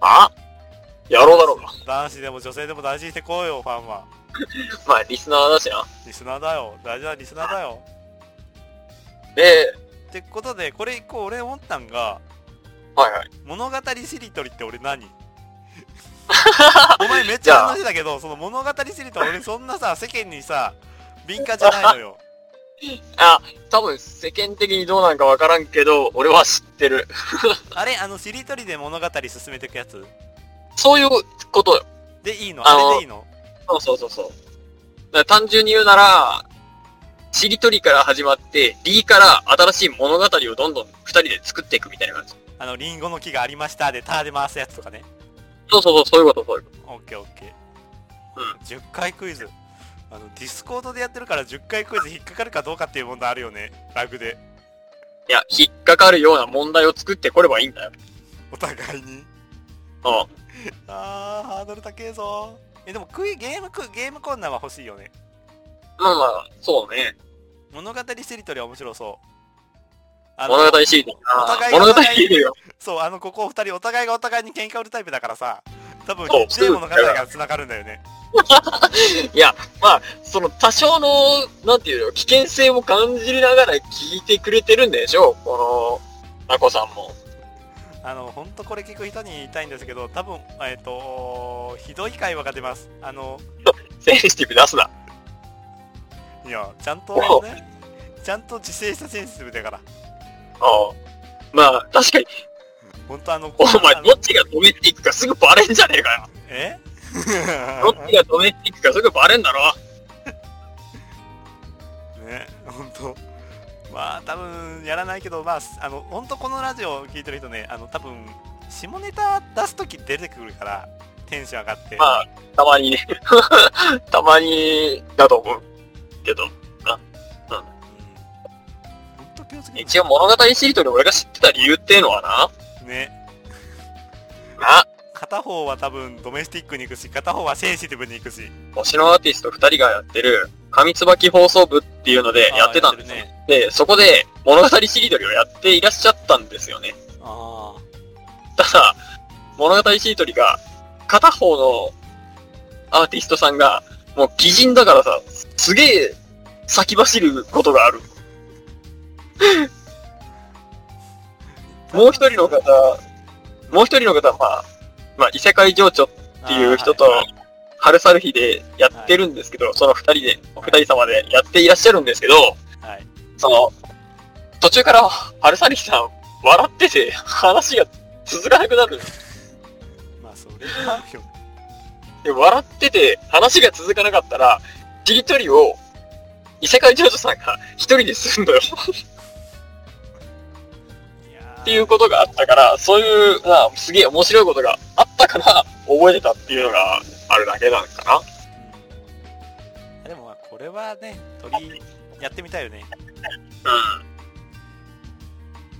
Speaker 2: あやろうだろうが。
Speaker 1: 男子でも女性でも大事にしてこうよ、ファンは。
Speaker 2: まあ、リスナーだしな。
Speaker 1: リスナーだよ。大事なリスナーだよ。
Speaker 2: で、
Speaker 1: ってことで、これ一個俺思ったんが、
Speaker 2: はいはい。
Speaker 1: 物語しりとりって俺 何お前めっちゃ話だけど、その物語しりとり俺そんなさ、世間にさ、敏感じゃないのよ。
Speaker 2: あ、多分世間的にどうなんかわからんけど、俺は知ってる。
Speaker 1: あれあの、しりとりで物語進めていくやつ
Speaker 2: そういうことよ。
Speaker 1: でいいの
Speaker 2: あ
Speaker 1: あ
Speaker 2: の
Speaker 1: れでいいの
Speaker 2: そうそうそうそう。だから単純に言うなら、しりとりから始まって、リーから新しい物語をどんどん二人で作っていくみたいな感じ。
Speaker 1: あの、リンゴの木がありましたで、ターで回すやつとかね。
Speaker 2: そうそうそう、そういうこと、そういうこ
Speaker 1: オッケーオッケ
Speaker 2: う
Speaker 1: ー。10回クイズ。あの、ディスコードでやってるから10回クイズ引っかかるかどうかっていう問題あるよね。ラグで。
Speaker 2: と。いや、引っかかるような問題を作ってこればいいんだよ。
Speaker 1: お互いに。
Speaker 2: うん。
Speaker 1: あー、ハードル高えぞ。え、でもクイ、ゲームク、ゲームコーナーは欲しいよね。
Speaker 2: まあまあ、そうね。
Speaker 1: 物語しりとりは面白そう。あの
Speaker 2: 物語シリーズ
Speaker 1: お互いが
Speaker 2: 物語シリーズよ。
Speaker 1: そう、あの、ここ二人、お互いがお互いに喧嘩売るタイプだからさ、多分、
Speaker 2: そう
Speaker 1: ゲームの方が繋がるんだよね。
Speaker 2: いや、まあ、その多少の、なんていうの、危険性も感じながら聞いてくれてるんでしょうこの、アコさんも。
Speaker 1: あの、ほんとこれ聞く人に言いたいんですけど、多分、えっ、と、ひどい会話が出ます。あの、
Speaker 2: センシティブ出すな。
Speaker 1: いや、ちゃんとね、ちゃんと自制したセンシティブだから。
Speaker 2: うん。まあ、確かに、
Speaker 1: ほんとあの、
Speaker 2: お前、
Speaker 1: あの
Speaker 2: どっちが止めていくかすぐバレんじゃねえかよ。
Speaker 1: え
Speaker 2: どっちが止めていくかすぐバレんだろ。
Speaker 1: ね、ほんと。まあ、多分、やらないけど、まあ、あの、ほんとこのラジオを聞いてる人ね、あの、多分、下ネタ出すとき出てくるから、テンション上がって。
Speaker 2: まあ、たまにね。 たまに、だと思う。けど、
Speaker 1: うん。ほんと気をつけて
Speaker 2: 一応物語しりとり俺が知ってた理由っていうのはな、
Speaker 1: ね。
Speaker 2: な、
Speaker 1: 片方は多分ドメスティックに行くし片方はセンシティブに行くし
Speaker 2: 推しのアーティスト2人がやってる、神椿放送部っていうので
Speaker 1: あー
Speaker 2: やってたんですよ。
Speaker 1: やってるね
Speaker 2: で、そこで物語しりとりをやっていらっしゃったんですよね。
Speaker 1: あ
Speaker 2: ただ、物語しりとりが、片方のアーティストさんが、もう擬人だからさ、すげえ先走ることがある。もう一人の方、もう一人の方は、まあ、まあ、異世界情緒って
Speaker 1: って
Speaker 2: いう人と、春猿日でやってるんですけど、その二人で、お二人様でやっていらっしゃるんですけど、
Speaker 1: はい
Speaker 2: その、途中から春猿日さん、笑ってて、話が続かなくなる。
Speaker 1: まあそれはあるよ
Speaker 2: で、笑ってて、話が続かなかったら、しりとりを、異世界情緒さんが一人でするんだよ。っていうことがあったから、そういう、まあ、すげえ面白いことがあったから、覚えてたっていうのがあるだけなのかな。
Speaker 1: うんでもまあこれはね鳥やってみたいよね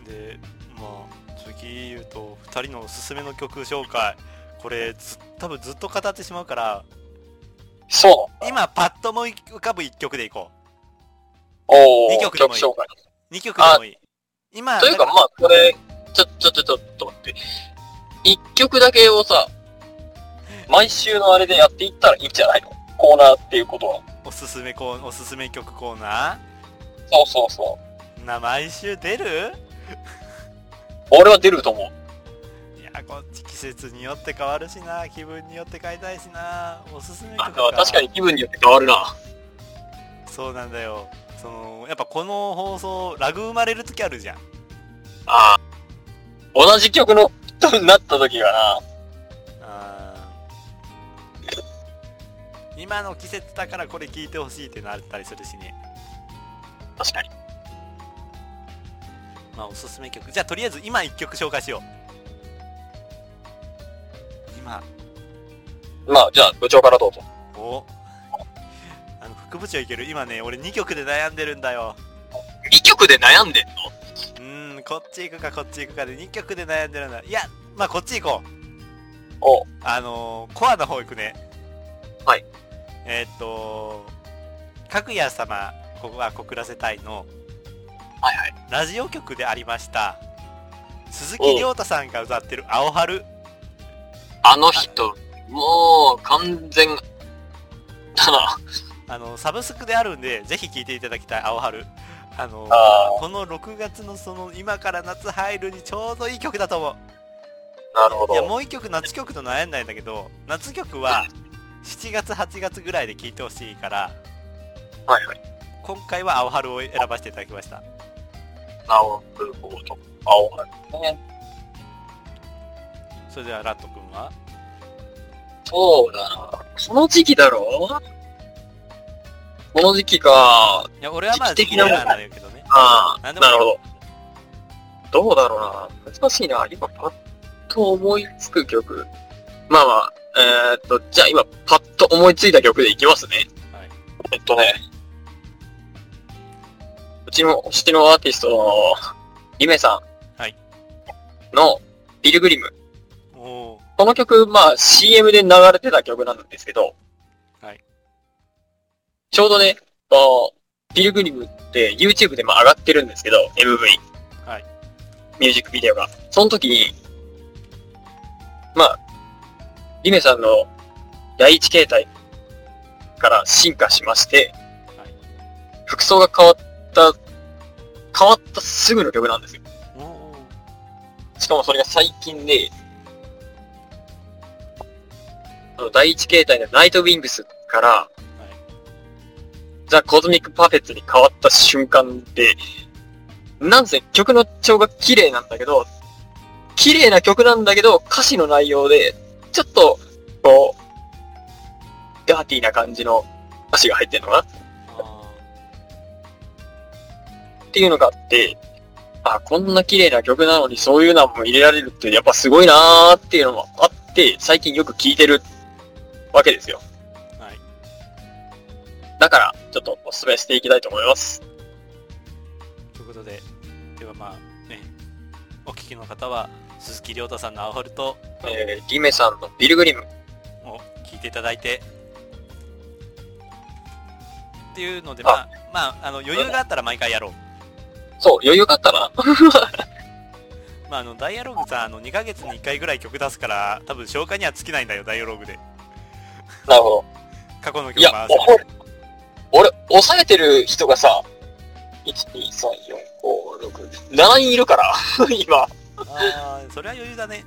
Speaker 2: う
Speaker 1: でまあ次言うと2人のおすすめの曲紹介これず多分ずっと語ってしまうから
Speaker 2: ん。そう。
Speaker 1: 今パッと思い浮かぶ1曲でいこ
Speaker 2: おー、
Speaker 1: 二曲でもいい
Speaker 2: 紹介。
Speaker 1: う2曲でもいい今
Speaker 2: というか、
Speaker 1: だ
Speaker 2: まあ、これ、ちょ、ちょ、ちょ、ちょっと待って。一曲だけをさ、毎週のあれでやっていったらいいんじゃないのコーナーっていうことは。
Speaker 1: おすすめコーおすすめ曲コーナ
Speaker 2: そうそうそう。
Speaker 1: ーな毎週出る
Speaker 2: 俺は出ると思う。
Speaker 1: いやこっち季節によって変わるしな気分によって変えたいしなおすすめ曲
Speaker 2: あ
Speaker 1: か
Speaker 2: 確かに気分によって変わるな。
Speaker 1: そうなんだよそのやっぱこの放送ラグ生まれる時あるじゃん
Speaker 2: ああ。同じ曲の人になった時がな。
Speaker 1: あー今の季節だからこれ聞いてほしいってなったりするしね
Speaker 2: 確かに。
Speaker 1: まあおすすめ曲じゃあとりあえず今1曲紹介しよう今
Speaker 2: まあ、じゃあ、部長からどうぞ。
Speaker 1: おあの副部長いける今ね俺2曲で悩んでるんだよ
Speaker 2: 2曲で悩んでんの
Speaker 1: うーんこっち行くかこっち行くかで2曲で悩んでるんだいやまあこっち行こう
Speaker 2: お
Speaker 1: あのーコアの方行くね。
Speaker 2: はい。
Speaker 1: えーっと、かぐや様、ここは小倉世帯の、
Speaker 2: はいはい。
Speaker 1: ラジオ局でありました、鈴木亮太さんが歌ってる青春。
Speaker 2: あの人、もう、完全、だな。
Speaker 1: あの、サブスクであるんで、ぜひ聴いていただきたい、青春。あのー
Speaker 2: あー
Speaker 1: この6月のその、今から夏入るにちょうどいい曲だと思う。
Speaker 2: なるほ
Speaker 1: いや、
Speaker 2: ど。
Speaker 1: もう一曲、夏曲と悩んだんだけど、夏曲は、7月、8月ぐらいで聴いてほしいから、
Speaker 2: はいはい。
Speaker 1: 今回は青春を選ばせていただきました。
Speaker 2: なるほど。青春ね。
Speaker 1: それではラット君は
Speaker 2: そうだな。この時期だろこの時期か。
Speaker 1: いや、俺はまあ、
Speaker 2: 時期的
Speaker 1: な
Speaker 2: な
Speaker 1: らなんだけどね。
Speaker 2: あ
Speaker 1: な
Speaker 2: あ、
Speaker 1: んでも
Speaker 2: なるほど。どうだろうな。難しいな。今、パッと思いつく曲。まあまあ、えー、っと、じゃあ今、パッと思いついた曲でいきますね。
Speaker 1: はい
Speaker 2: えっとね。うちの推しのアーティストの、ゆめさん。
Speaker 1: はい
Speaker 2: の、ビルグリム。
Speaker 1: おー
Speaker 2: この曲、まあ CM で流れてた曲なんですけど、
Speaker 1: はい。
Speaker 2: ちょうどね、こう、ビルグリムって YouTube でも上がってるんですけど、MV。
Speaker 1: はい。
Speaker 2: ミュージックビデオが。その時に、まあ、リメさんの第一形態から進化しまして、
Speaker 1: はい
Speaker 2: 服装が変わった、変わったすぐの曲なんですよ。
Speaker 1: おー
Speaker 2: しかもそれが最近で、あの第一形態のナイトウィングスから、ザ・コズミック・パーフェクトに変わった瞬間で、なんせ曲の調が綺麗なんだけど、綺麗な曲なんだけど、歌詞の内容で、ちょっと、こう、ダーティーな感じの歌詞が入ってるのかな
Speaker 1: あ
Speaker 2: っていうのがあって、あ、こんな綺麗な曲なのにそういうのも入れられるってやっぱすごいなーっていうのもあって、最近よく聴いてるわけですよ。
Speaker 1: ーはい。
Speaker 2: だから、ちょっとお勧めしていきたいと思います。
Speaker 1: ということで、ではまあ、ね、お聞きの方は、鈴木亮太さんのアホルト
Speaker 2: えー、リメさんのビルグリム。
Speaker 1: を聞いていただいて、っていうので、まあ、まあ、あの、余裕があったら毎回やろう。
Speaker 2: そう、余裕があったな。
Speaker 1: まあ、あの、ダイアログさん、あの、2ヶ月に1回ぐらい曲出すから、多分消化には尽きないんだよ、ダイアログで。
Speaker 2: なるほど。
Speaker 1: 過去の曲
Speaker 2: い
Speaker 1: も合
Speaker 2: や
Speaker 1: わせ、て。
Speaker 2: 俺、抑えてる人がさ、1、2、3、4、5、6、7人いるから、 今。
Speaker 1: ああ、それは余裕だね。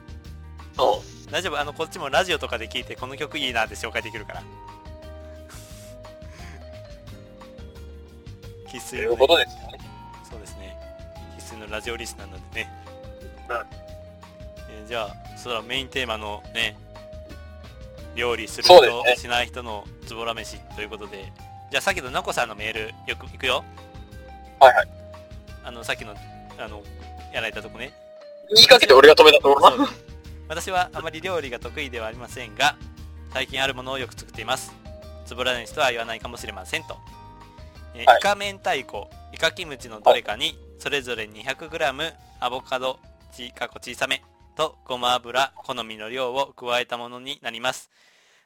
Speaker 2: そ
Speaker 1: 大丈夫、あの、こっちもラジオとかで聞いて、この曲いいなって紹介でき るから。生粋のね、
Speaker 2: う、ということですよね。
Speaker 1: そうですね。生粋のラジオリスナーなんでね。
Speaker 2: うん
Speaker 1: えーじゃあ、それはメインテーマのね、料理する
Speaker 2: そう
Speaker 1: 人、
Speaker 2: ですね
Speaker 1: しない人のズボラ飯ということで、じゃあさっきのナコさんのメール、よく、いくよ。
Speaker 2: はいはい。
Speaker 1: あの、さっきの、あの、やられたとこね。
Speaker 2: 言いかけて俺が止めたところな。
Speaker 1: そう私はあまり料理が得意ではありませんが最近あるものをよく作っていますつぶらにしとは言わないかもしれませんと、えー
Speaker 2: はい
Speaker 1: イカ明太子イカキムチのどれかにそれぞれ 200g アボカドちかっこ小さめとごま油好みの量を加えたものになります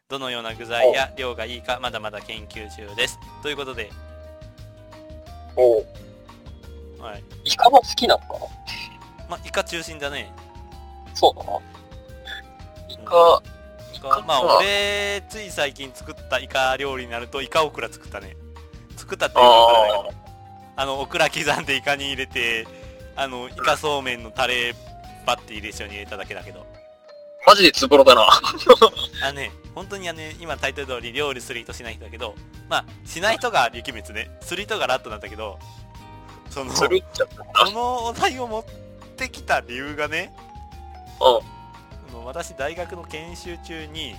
Speaker 1: どのような具材や量がいいかまだまだ研究中ですということで、
Speaker 2: おう
Speaker 1: はい
Speaker 2: イカが好きなのかな
Speaker 1: まあ、イカ中心だね
Speaker 2: そうだな。イカ、
Speaker 1: イ
Speaker 2: カ
Speaker 1: カま
Speaker 2: か
Speaker 1: あ俺つい最近作ったイカ料理になるとイカオクラ作ったね作ったっていうかわからないけどあのオクラ刻んでイカに入れてあのイカそうめんのタレバッて入れ一緒に入れただけだけど
Speaker 2: マジでツボロだな。
Speaker 1: あのね本当にあのね今タイトル通り料理する人しない人だけどまあしない人が雪滅ねする人がラットなんだけどその
Speaker 2: それ言っちゃった
Speaker 1: このお題を持ってきた理由がねあの私大学の研修中に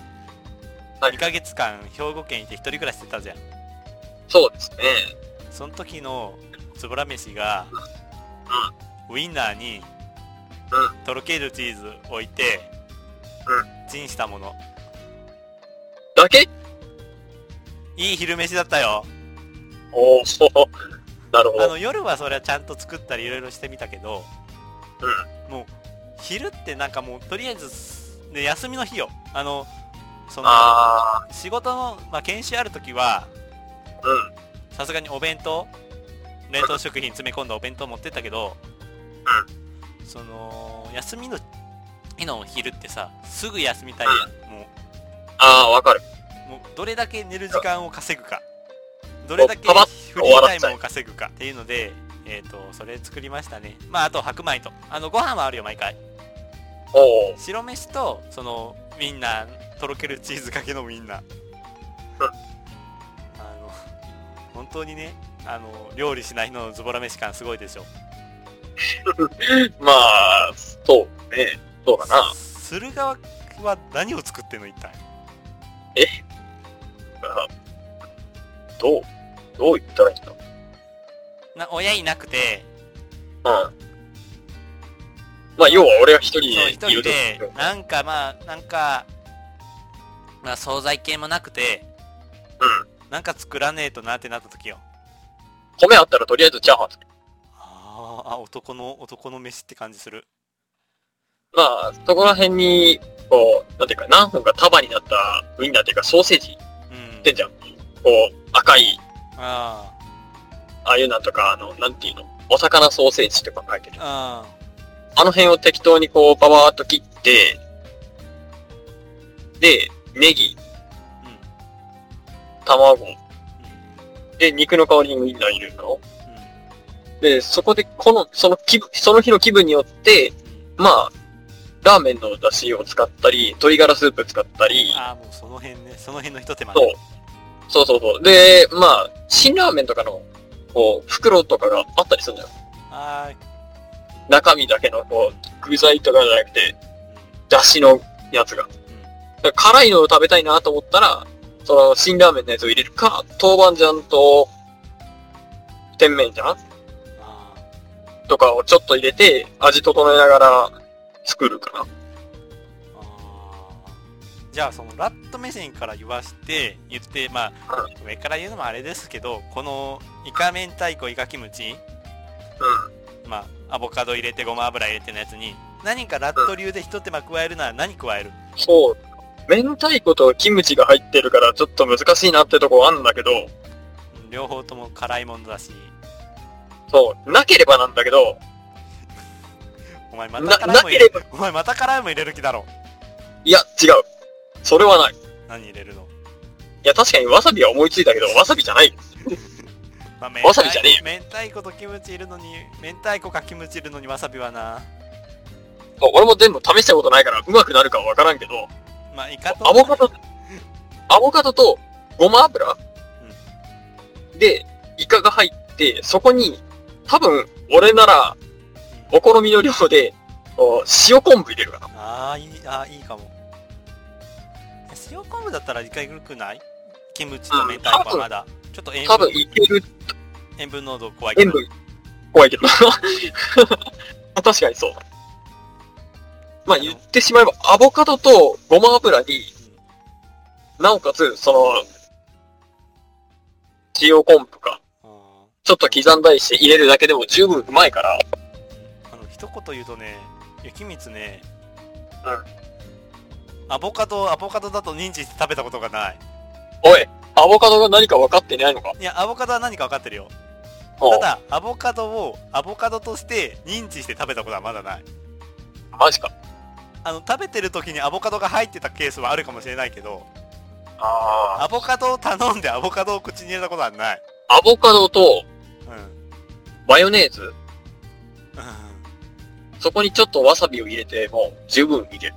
Speaker 2: はい
Speaker 1: 2ヶ月間兵庫県いて一人暮らししてたじゃん
Speaker 2: そうですね。
Speaker 1: その時のつぼら飯が、ウインナーに、
Speaker 2: う
Speaker 1: とろけるチーズ置いて、チンしたもの。
Speaker 2: だけ
Speaker 1: いい昼飯だったよ。
Speaker 2: おお、そう。なるほ
Speaker 1: あ
Speaker 2: ど。
Speaker 1: の、夜はそれはちゃんと作ったりいろいろしてみたけど、もう、昼ってなんかもう、とりあえず、ね、休みの日よ。あの、その、
Speaker 2: あ
Speaker 1: 仕事の、まあ、研修ある時は、
Speaker 2: あ、うん。
Speaker 1: さすがにお弁当冷凍食品詰め込んだお弁当持ってったけど、その休みの日のお昼ってさすぐ休みたいやん、も
Speaker 2: ああ、わかる。
Speaker 1: うもうどれだけ寝る時間を稼ぐかどれだけ
Speaker 2: パパッ
Speaker 1: フリータイムを稼ぐかっていうのでえっ、とそれ作りましたねまああと白米とあのご飯はあるよ毎回
Speaker 2: おお、
Speaker 1: 白飯とそのウインナーとろけるチーズかけのウインナーあの本当にねあの料理しない人のズボラ飯感すごいでしょ
Speaker 2: まあ、そうね。そうだな。
Speaker 1: する側は何を作ってんの一体
Speaker 2: あどうどう言ったらいいんだ
Speaker 1: な親いなくて
Speaker 2: うん。まあ、要は俺が一人
Speaker 1: そう一
Speaker 2: い
Speaker 1: 人
Speaker 2: る
Speaker 1: で
Speaker 2: と。
Speaker 1: なんかまあなんかまあ惣菜系もなくて
Speaker 2: うん。
Speaker 1: なんか作らねえとなってなった時よ
Speaker 2: 米あったらとりあえずチャーハン作る。
Speaker 1: あーあ男の男の飯って感じする
Speaker 2: まあ、そこら辺に、こう、なんていうか、何本か束になったウインナーっていうか、ソーセージ
Speaker 1: うん
Speaker 2: ってんじゃん。こう、赤い、
Speaker 1: あ
Speaker 2: ああいうなんとか、あの、なんていうの、お魚ソーセージとか書いてる
Speaker 1: ー。あ
Speaker 2: あの辺を適当にこう、ババーっと切って、で、ネギ、
Speaker 1: ーうん
Speaker 2: 卵、で、肉の代わりにウインナー入れるので、そこで、この、その気分、その日の気分によって、
Speaker 1: うんうん
Speaker 2: まあ、ラーメンの出汁を使ったり、鶏ガラスープ使ったり、
Speaker 1: ああもうその辺ねその辺の一手間ね
Speaker 2: そう。そうそうそう。で、まあ、辛ラーメンとかの、こう、袋とかがあったりするんだよ。
Speaker 1: あー
Speaker 2: 中身だけの、こう、具材とかじゃなくて、出汁のやつが。だから辛いのを食べたいなと思ったら、その、辛ラーメンのやつを入れるか、豆板醤と、甜麺醤
Speaker 1: うんあ
Speaker 2: とかをちょっと入れて、味整えながら作るかな。
Speaker 1: ーあーじゃあそのラット目線から言わして言ってまあ上から言うのもあれですけどこのイカ明太子イカキムチ
Speaker 2: うん。
Speaker 1: まあアボカド入れてごま油入れてのやつに何かラット流で一手間加えるなら何加える
Speaker 2: そう。明太子とキムチが入ってるから、ちょっと難しいなってとこあんだけど、
Speaker 1: うん両方とも辛いものだし
Speaker 2: そう、なければなんだけど、
Speaker 1: お前ま
Speaker 2: な
Speaker 1: た、辛
Speaker 2: ない
Speaker 1: もん
Speaker 2: け
Speaker 1: 入
Speaker 2: れ
Speaker 1: れ
Speaker 2: ば、
Speaker 1: お前また辛いもん入れる気だろ
Speaker 2: いや、違う。それはない。い
Speaker 1: 何入れるの
Speaker 2: や、確かにわさびは思いついたけど、わさびじゃない。
Speaker 1: まあ、明
Speaker 2: わさびじゃね
Speaker 1: 明太子とキムチいるのに明太子かキムチいるのにわさびはな
Speaker 2: そう俺も全部試したことないから、うまくなるかはわからんけど、
Speaker 1: まあイカと
Speaker 2: アボカド、アボカドとごま油、で、イカが入って、そこに、多分、俺なら、
Speaker 1: うん
Speaker 2: お好みの量で、お塩昆布入れるかな。
Speaker 1: ああいいあーいいかも塩昆布だったら一回ぐるくないキムチと明太子はまだちょっと塩
Speaker 2: 多分、
Speaker 1: 分
Speaker 2: いける、
Speaker 1: 塩分濃度怖いけ
Speaker 2: 塩
Speaker 1: ど
Speaker 2: 分、怖いけど。 確かにそう。まあ言ってしまえば、アボカドとごま油に、なおかつ、その、塩昆布か。
Speaker 1: うんあ
Speaker 2: ちょっと刻んだりして入れるだけでも十分うまいから。
Speaker 1: ーあの一言言うとね雪光ねアボカドアボカドだと認知して食べたことがない
Speaker 2: おい、アボカドが何か分かってないのか
Speaker 1: いやアボカドは何か分かってるよ
Speaker 2: お
Speaker 1: た
Speaker 2: う
Speaker 1: だアボカドをアボカドとして認知して食べたことはまだない
Speaker 2: マジか。
Speaker 1: あの食べてる時にアボカドが入ってたケースはあるかもしれないけど
Speaker 2: あ
Speaker 1: アボカドを頼んでアボカドを口に入れたことはない
Speaker 2: あ。アボカドと
Speaker 1: うん
Speaker 2: マヨネーズ、
Speaker 1: うん
Speaker 2: そこにちょっとわさびを入れて、もう十分いける。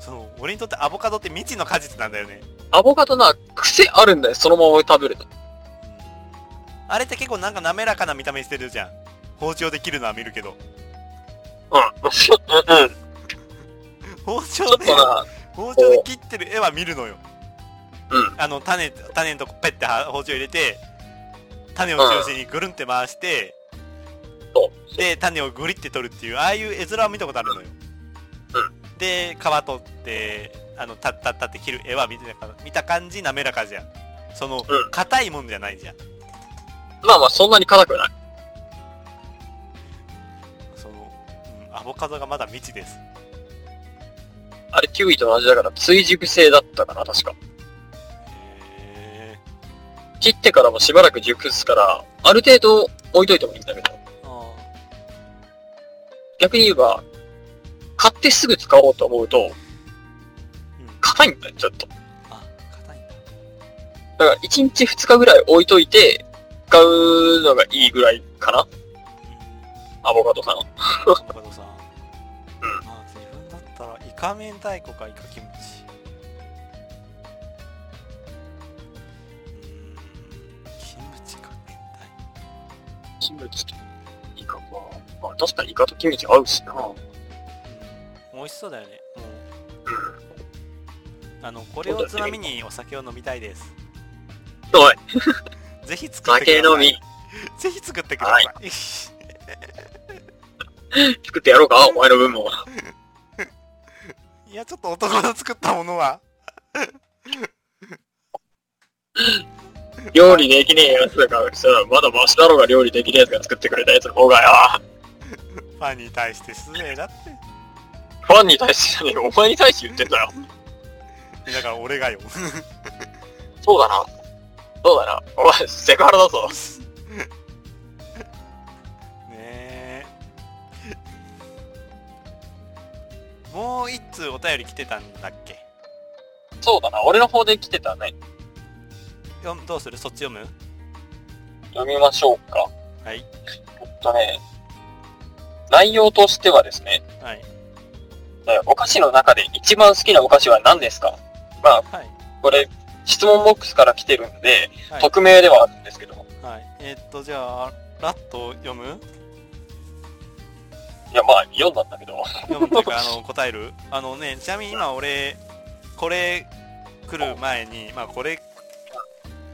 Speaker 1: その俺にとってアボカドって未知の果実なんだよね、
Speaker 2: アボカドな、癖あるんだよ、そのまま食べると。
Speaker 1: あれって結構なんか滑らかな見た目してるじゃん包丁で切るのは見るけど
Speaker 2: うん。うん うん。ち
Speaker 1: 包
Speaker 2: ょ
Speaker 1: 丁
Speaker 2: っ
Speaker 1: で
Speaker 2: とな、
Speaker 1: 包丁で切ってる絵は見るのよ
Speaker 2: うん。
Speaker 1: あの種種のとこペッては包丁入れて種を中心にぐるんって回して、
Speaker 2: そ
Speaker 1: で種をぐりって取るっていうああいう絵面は見たことあるのよ、で皮取ってあのたったったって切る絵は見てたから見た感じ滑らかじゃんその
Speaker 2: うん
Speaker 1: 硬、いもんじゃないじゃん
Speaker 2: まあまあ、そんなに辛くない。
Speaker 1: その、うん、アボカドがまだ未知です
Speaker 2: あれ、キウイと同じだから、追熟性だったかな、確か。
Speaker 1: へえ
Speaker 2: 切ってからもしばらく熟すから、ある程度置いといてもいいんだけど。
Speaker 1: あ
Speaker 2: 逆に言えば、買ってすぐ使おうと思うと、
Speaker 1: ーうん
Speaker 2: 硬いんだよ、ちょっと。
Speaker 1: あ硬いんだ
Speaker 2: だから、1日2日ぐらい置いといて、使うのがいいぐらいかな
Speaker 1: うん
Speaker 2: アボカドさん。
Speaker 1: アボカドさん、
Speaker 2: う
Speaker 1: あ自分だったらイカ明太子かイカキムチうーんキムチか明太
Speaker 2: キムチとイカか。まあ、確かにイカとキムチ合うしな。うん。
Speaker 1: 子うん美味しそうだよねもうあのこれをつまみにお酒を飲みたいです
Speaker 2: おい、
Speaker 1: ぜひ作ってくださ
Speaker 2: 酒
Speaker 1: い。
Speaker 2: 飲み。
Speaker 1: ぜひ作ってください。
Speaker 2: 作ってやろうかお前の分も。
Speaker 1: い、や、ちょっと男の作ったものは、
Speaker 2: 料理できねえやつだからさ、まだマシだろうが料理できねえやつが作ってくれたやつの方がよ。
Speaker 1: ファンに対して失礼だって。
Speaker 2: ファンに対してじゃねえよお前に対して言ってんだよ。
Speaker 1: だから俺がよ。
Speaker 2: そうだな。そうだな。お前、セクハラだぞ。
Speaker 1: ねえ。もう一通お便り来てたんだっけ
Speaker 2: そうだな。俺の方で来てたね。
Speaker 1: よどうするそっち読む
Speaker 2: 読みましょうか。
Speaker 1: はい。
Speaker 2: えっとね、内容としてはですね、
Speaker 1: はい。
Speaker 2: お菓子の中で一番好きなお菓子は何ですかまあ、
Speaker 1: はい。
Speaker 2: これ、質問ボックスから来てるんで、
Speaker 1: はい
Speaker 2: 匿名ではあるんですけど、
Speaker 1: はい、えーっとじゃあラッと読む
Speaker 2: いや、まあ、読んだん だけど、
Speaker 1: 読むっていうかあの答えるあのねちなみに今俺これ来る前にまあこれ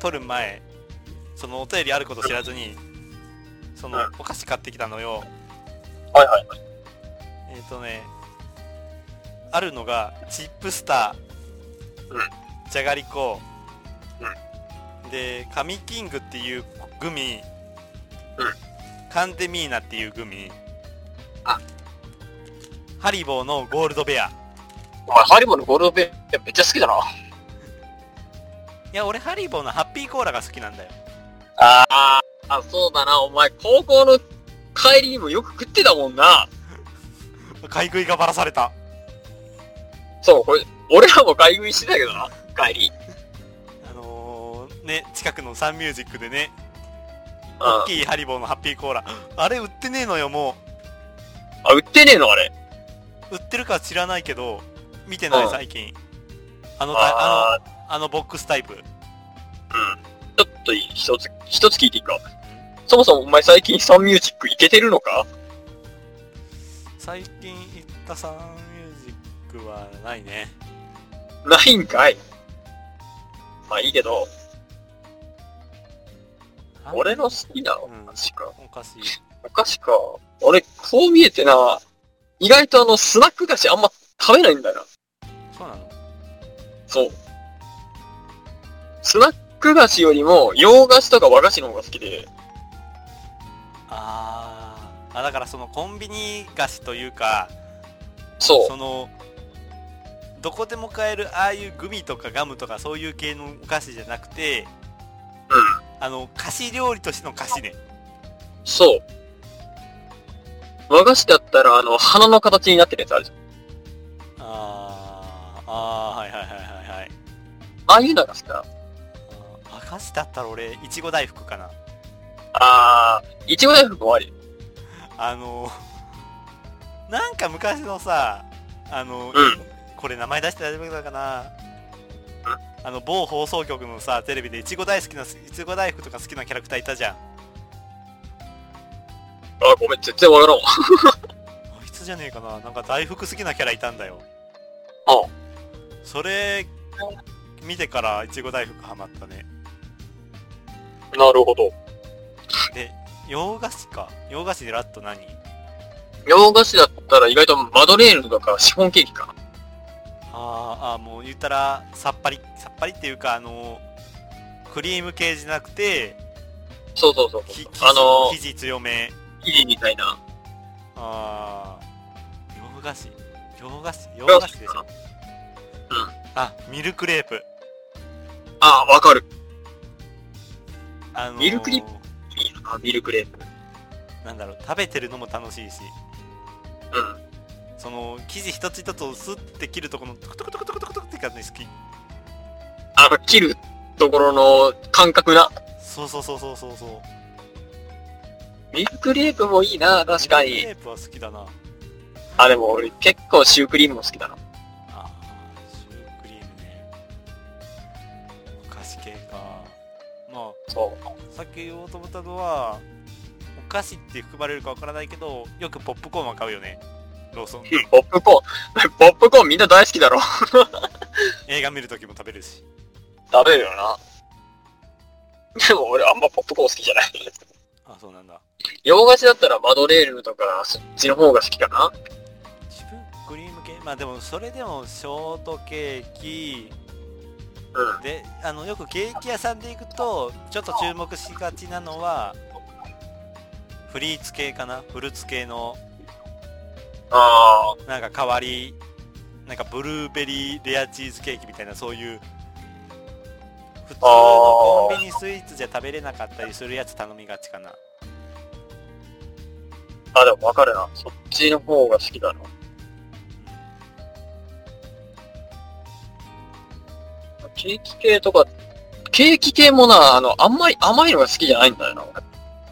Speaker 1: 取る前そのお便りあること知らずにその
Speaker 2: うん
Speaker 1: お菓子買ってきたのよ
Speaker 2: はいはいはい。
Speaker 1: えーっとねあるのがチップスタ
Speaker 2: う
Speaker 1: ーじゃがりこで紙キングっていうグミカンデミーナっていうグミ
Speaker 2: あ
Speaker 1: ハリボーのゴールドベア
Speaker 2: お前、ハリボーのゴールドペンめっちゃ好きだな。
Speaker 1: いや俺ハリボーのハッピーコーラが好きなんだよ
Speaker 2: あーあ、そうだな。お前、高校の帰りにもよく食ってたもんな。
Speaker 1: 買い食いがばらされた
Speaker 2: そう、これ、俺らも買い食いしてたけどな。帰り。
Speaker 1: あのー、ね近くのサンミュージックでね
Speaker 2: うん。
Speaker 1: 大
Speaker 2: あ、
Speaker 1: きいハリボーのハッピーコーラあれ売ってねえのよも
Speaker 2: 売ってねえのあれ。
Speaker 1: う売ってるか知らないけど見てない
Speaker 2: うん
Speaker 1: 最近あの
Speaker 2: あ
Speaker 1: あのあのボックスタイプ
Speaker 2: ーうん。ちょっといい一つ、一つ聞いていいか。そもそもお前最近サンミュージックいけてるのか
Speaker 1: 最近行ったサンミュージックはないね
Speaker 2: ないんかい。まあいいけど、俺の好きなお菓子か。
Speaker 1: お菓子
Speaker 2: お菓子か。俺、こう見えてな、意外とあの、スナック菓子あんま食べないんだよな。
Speaker 1: そうなの
Speaker 2: そう。スナック菓子よりも洋菓子とか和菓子の方が好きで、
Speaker 1: あーあだからそのコンビニ菓子というか
Speaker 2: そ
Speaker 1: そのどこでも買えるああいうグミとかガムとかそういう系のお菓子じゃなくて
Speaker 2: う。うん。
Speaker 1: あの菓子料理としての菓子ね
Speaker 2: そう。和菓子だったら、あの、花の形になってるやつあるじゃん。
Speaker 1: あーあーはいはいはいはいはい
Speaker 2: ああいうのが好き
Speaker 1: あ
Speaker 2: だ。
Speaker 1: ー和菓子だったら俺いちご大福かな
Speaker 2: あー、いちご大福もあり。
Speaker 1: あの なんか昔のさあの、
Speaker 2: うん
Speaker 1: これ名前出して大丈夫だかなあの某放送局のさテレビでいちご大好きないちご大福とか好きなキャラクターいたじゃん
Speaker 2: あー、ごめん、全然わからんわ。
Speaker 1: あいつじゃねえかななんか大福好きなキャラいたんだよ
Speaker 2: あ
Speaker 1: それ見てからいちご大福ハマったね
Speaker 2: なるほど。
Speaker 1: で洋菓子か洋菓子でラッと何
Speaker 2: 洋菓子だったら意外とマドレーヌとかシフォンケーキかな。
Speaker 1: あーあーもう言ったらさっぱりさっぱりっていうかあのクリーム系じゃなくて
Speaker 2: そうそうそう
Speaker 1: き
Speaker 2: そう
Speaker 1: 生。地
Speaker 2: あの
Speaker 1: 生地強め
Speaker 2: ー、生地みたいな。
Speaker 1: あー洋菓子洋菓子洋菓子でしょ
Speaker 2: うん
Speaker 1: あミルクレープ
Speaker 2: あー、わかる。
Speaker 1: あのー
Speaker 2: ミルクレーいいな、ミルクレープ。
Speaker 1: なんだろう食べてるのも楽しいし
Speaker 2: うん。
Speaker 1: その生地一つ一つをスッて切るとこのトクトクトクトクトクトクって感じ好き
Speaker 2: あの、切るところの感覚な。
Speaker 1: そうそうそうそうそうそう
Speaker 2: ミルクレープもいいな、確か
Speaker 1: ミルク
Speaker 2: に
Speaker 1: レ。ープは好きだな
Speaker 2: あ、でも俺結構シュークリームも好きだな。
Speaker 1: あーシュークリームねお菓子系かま
Speaker 2: そう。
Speaker 1: あさっき言おうと思ったのはお菓子って含まれるかわからないけどよくポップコーンは買うよねローソン
Speaker 2: うんポップコーン。 ポップコーンみんな大好きだろ。
Speaker 1: 映画見るときも食べるし
Speaker 2: 食べるよな。でも俺あんまポップコーン好きじゃない。
Speaker 1: あ、そうなんだ。
Speaker 2: 洋菓子だったらマドレーヌとか、そっちの方が好きかな。
Speaker 1: 自分、クリーム系まあでも、それでも、ショートケーキ、
Speaker 2: うん。
Speaker 1: で、あの、よくケーキ屋さんで行くと、ちょっと注目しがちなのは、フリーツ系かなフルーツ系の、
Speaker 2: あ
Speaker 1: なんか代わり、なんかブルーベリーレアチーズケーキみたいな、そういう、普通のコンビニスイーツじゃ食べれなかったりするやつ頼みがちかな。
Speaker 2: あ、あ、でもわかるな。そっちの方が好きだな。ケーキ系とか、ケーキ系もな、あの、あんまり甘いのが好きじゃないんだよな。俺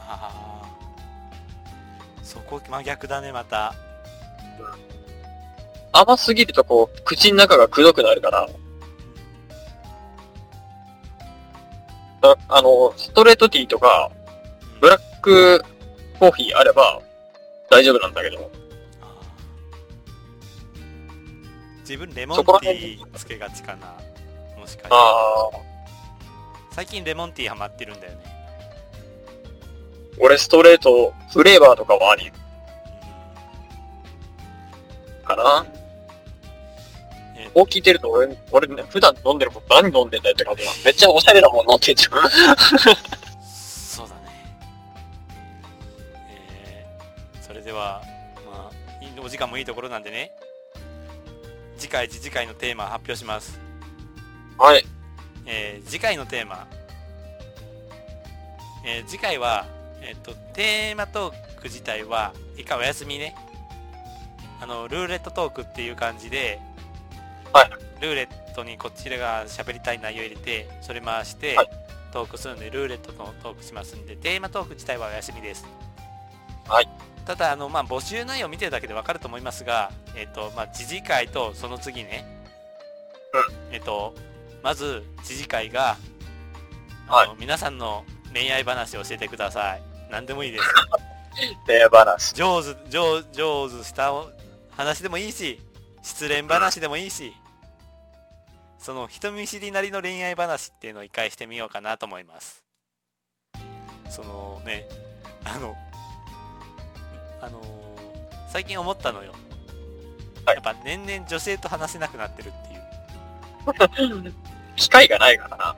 Speaker 1: あーそこ真逆だねまた
Speaker 2: 甘すぎるとこう、口の中がくどくなるから。だあの、ストレートティーとか、ブラックコーヒーあれば大丈夫なんだけど。
Speaker 1: あー自分レモン
Speaker 2: そこら
Speaker 1: テ
Speaker 2: 辺
Speaker 1: ィーつけがちかなもしかして
Speaker 2: ああ、
Speaker 1: 最近レモンティーハマってるんだよね
Speaker 2: 俺ストレート、フレーバーとかはありかな。
Speaker 1: え
Speaker 2: こう聞いてると俺、俺ね、普段飲んでること何飲んでんだよって感じだ。めっちゃおしゃれなもん飲んでんじゃん。
Speaker 1: そうだねえーそれではまあいいお時間もいいところなんでね次回次次回のテーマ発表します、
Speaker 2: はい。
Speaker 1: えー次回のテーマ、えー次回は、えっとテーマトーク自体は一回お休みねあのルーレットトークっていう感じで、
Speaker 2: はい
Speaker 1: ルーレットにこちらが喋りたい内容入れてそれ回して、
Speaker 2: はい
Speaker 1: トークするんでルーレットのトークしますんでテーマトーク自体はお休みです
Speaker 2: はい
Speaker 1: ただあの、まあ、募集内容見てるだけでわかると思いますが、えっとまあ、次次回とその次ね、えっとまず次次回が、あの皆さんの恋愛話を教えてください何でもいい です
Speaker 2: で、バランス。
Speaker 1: 上手上上手したお話でもいいし失恋話でもいいしその人見知りなりの恋愛話っていうのを一回してみようかなと思いますそのねあのあのー最近思ったのよ、
Speaker 2: はい
Speaker 1: やっぱ年々女性と話せなくなってるっていう
Speaker 2: 機会がないからな。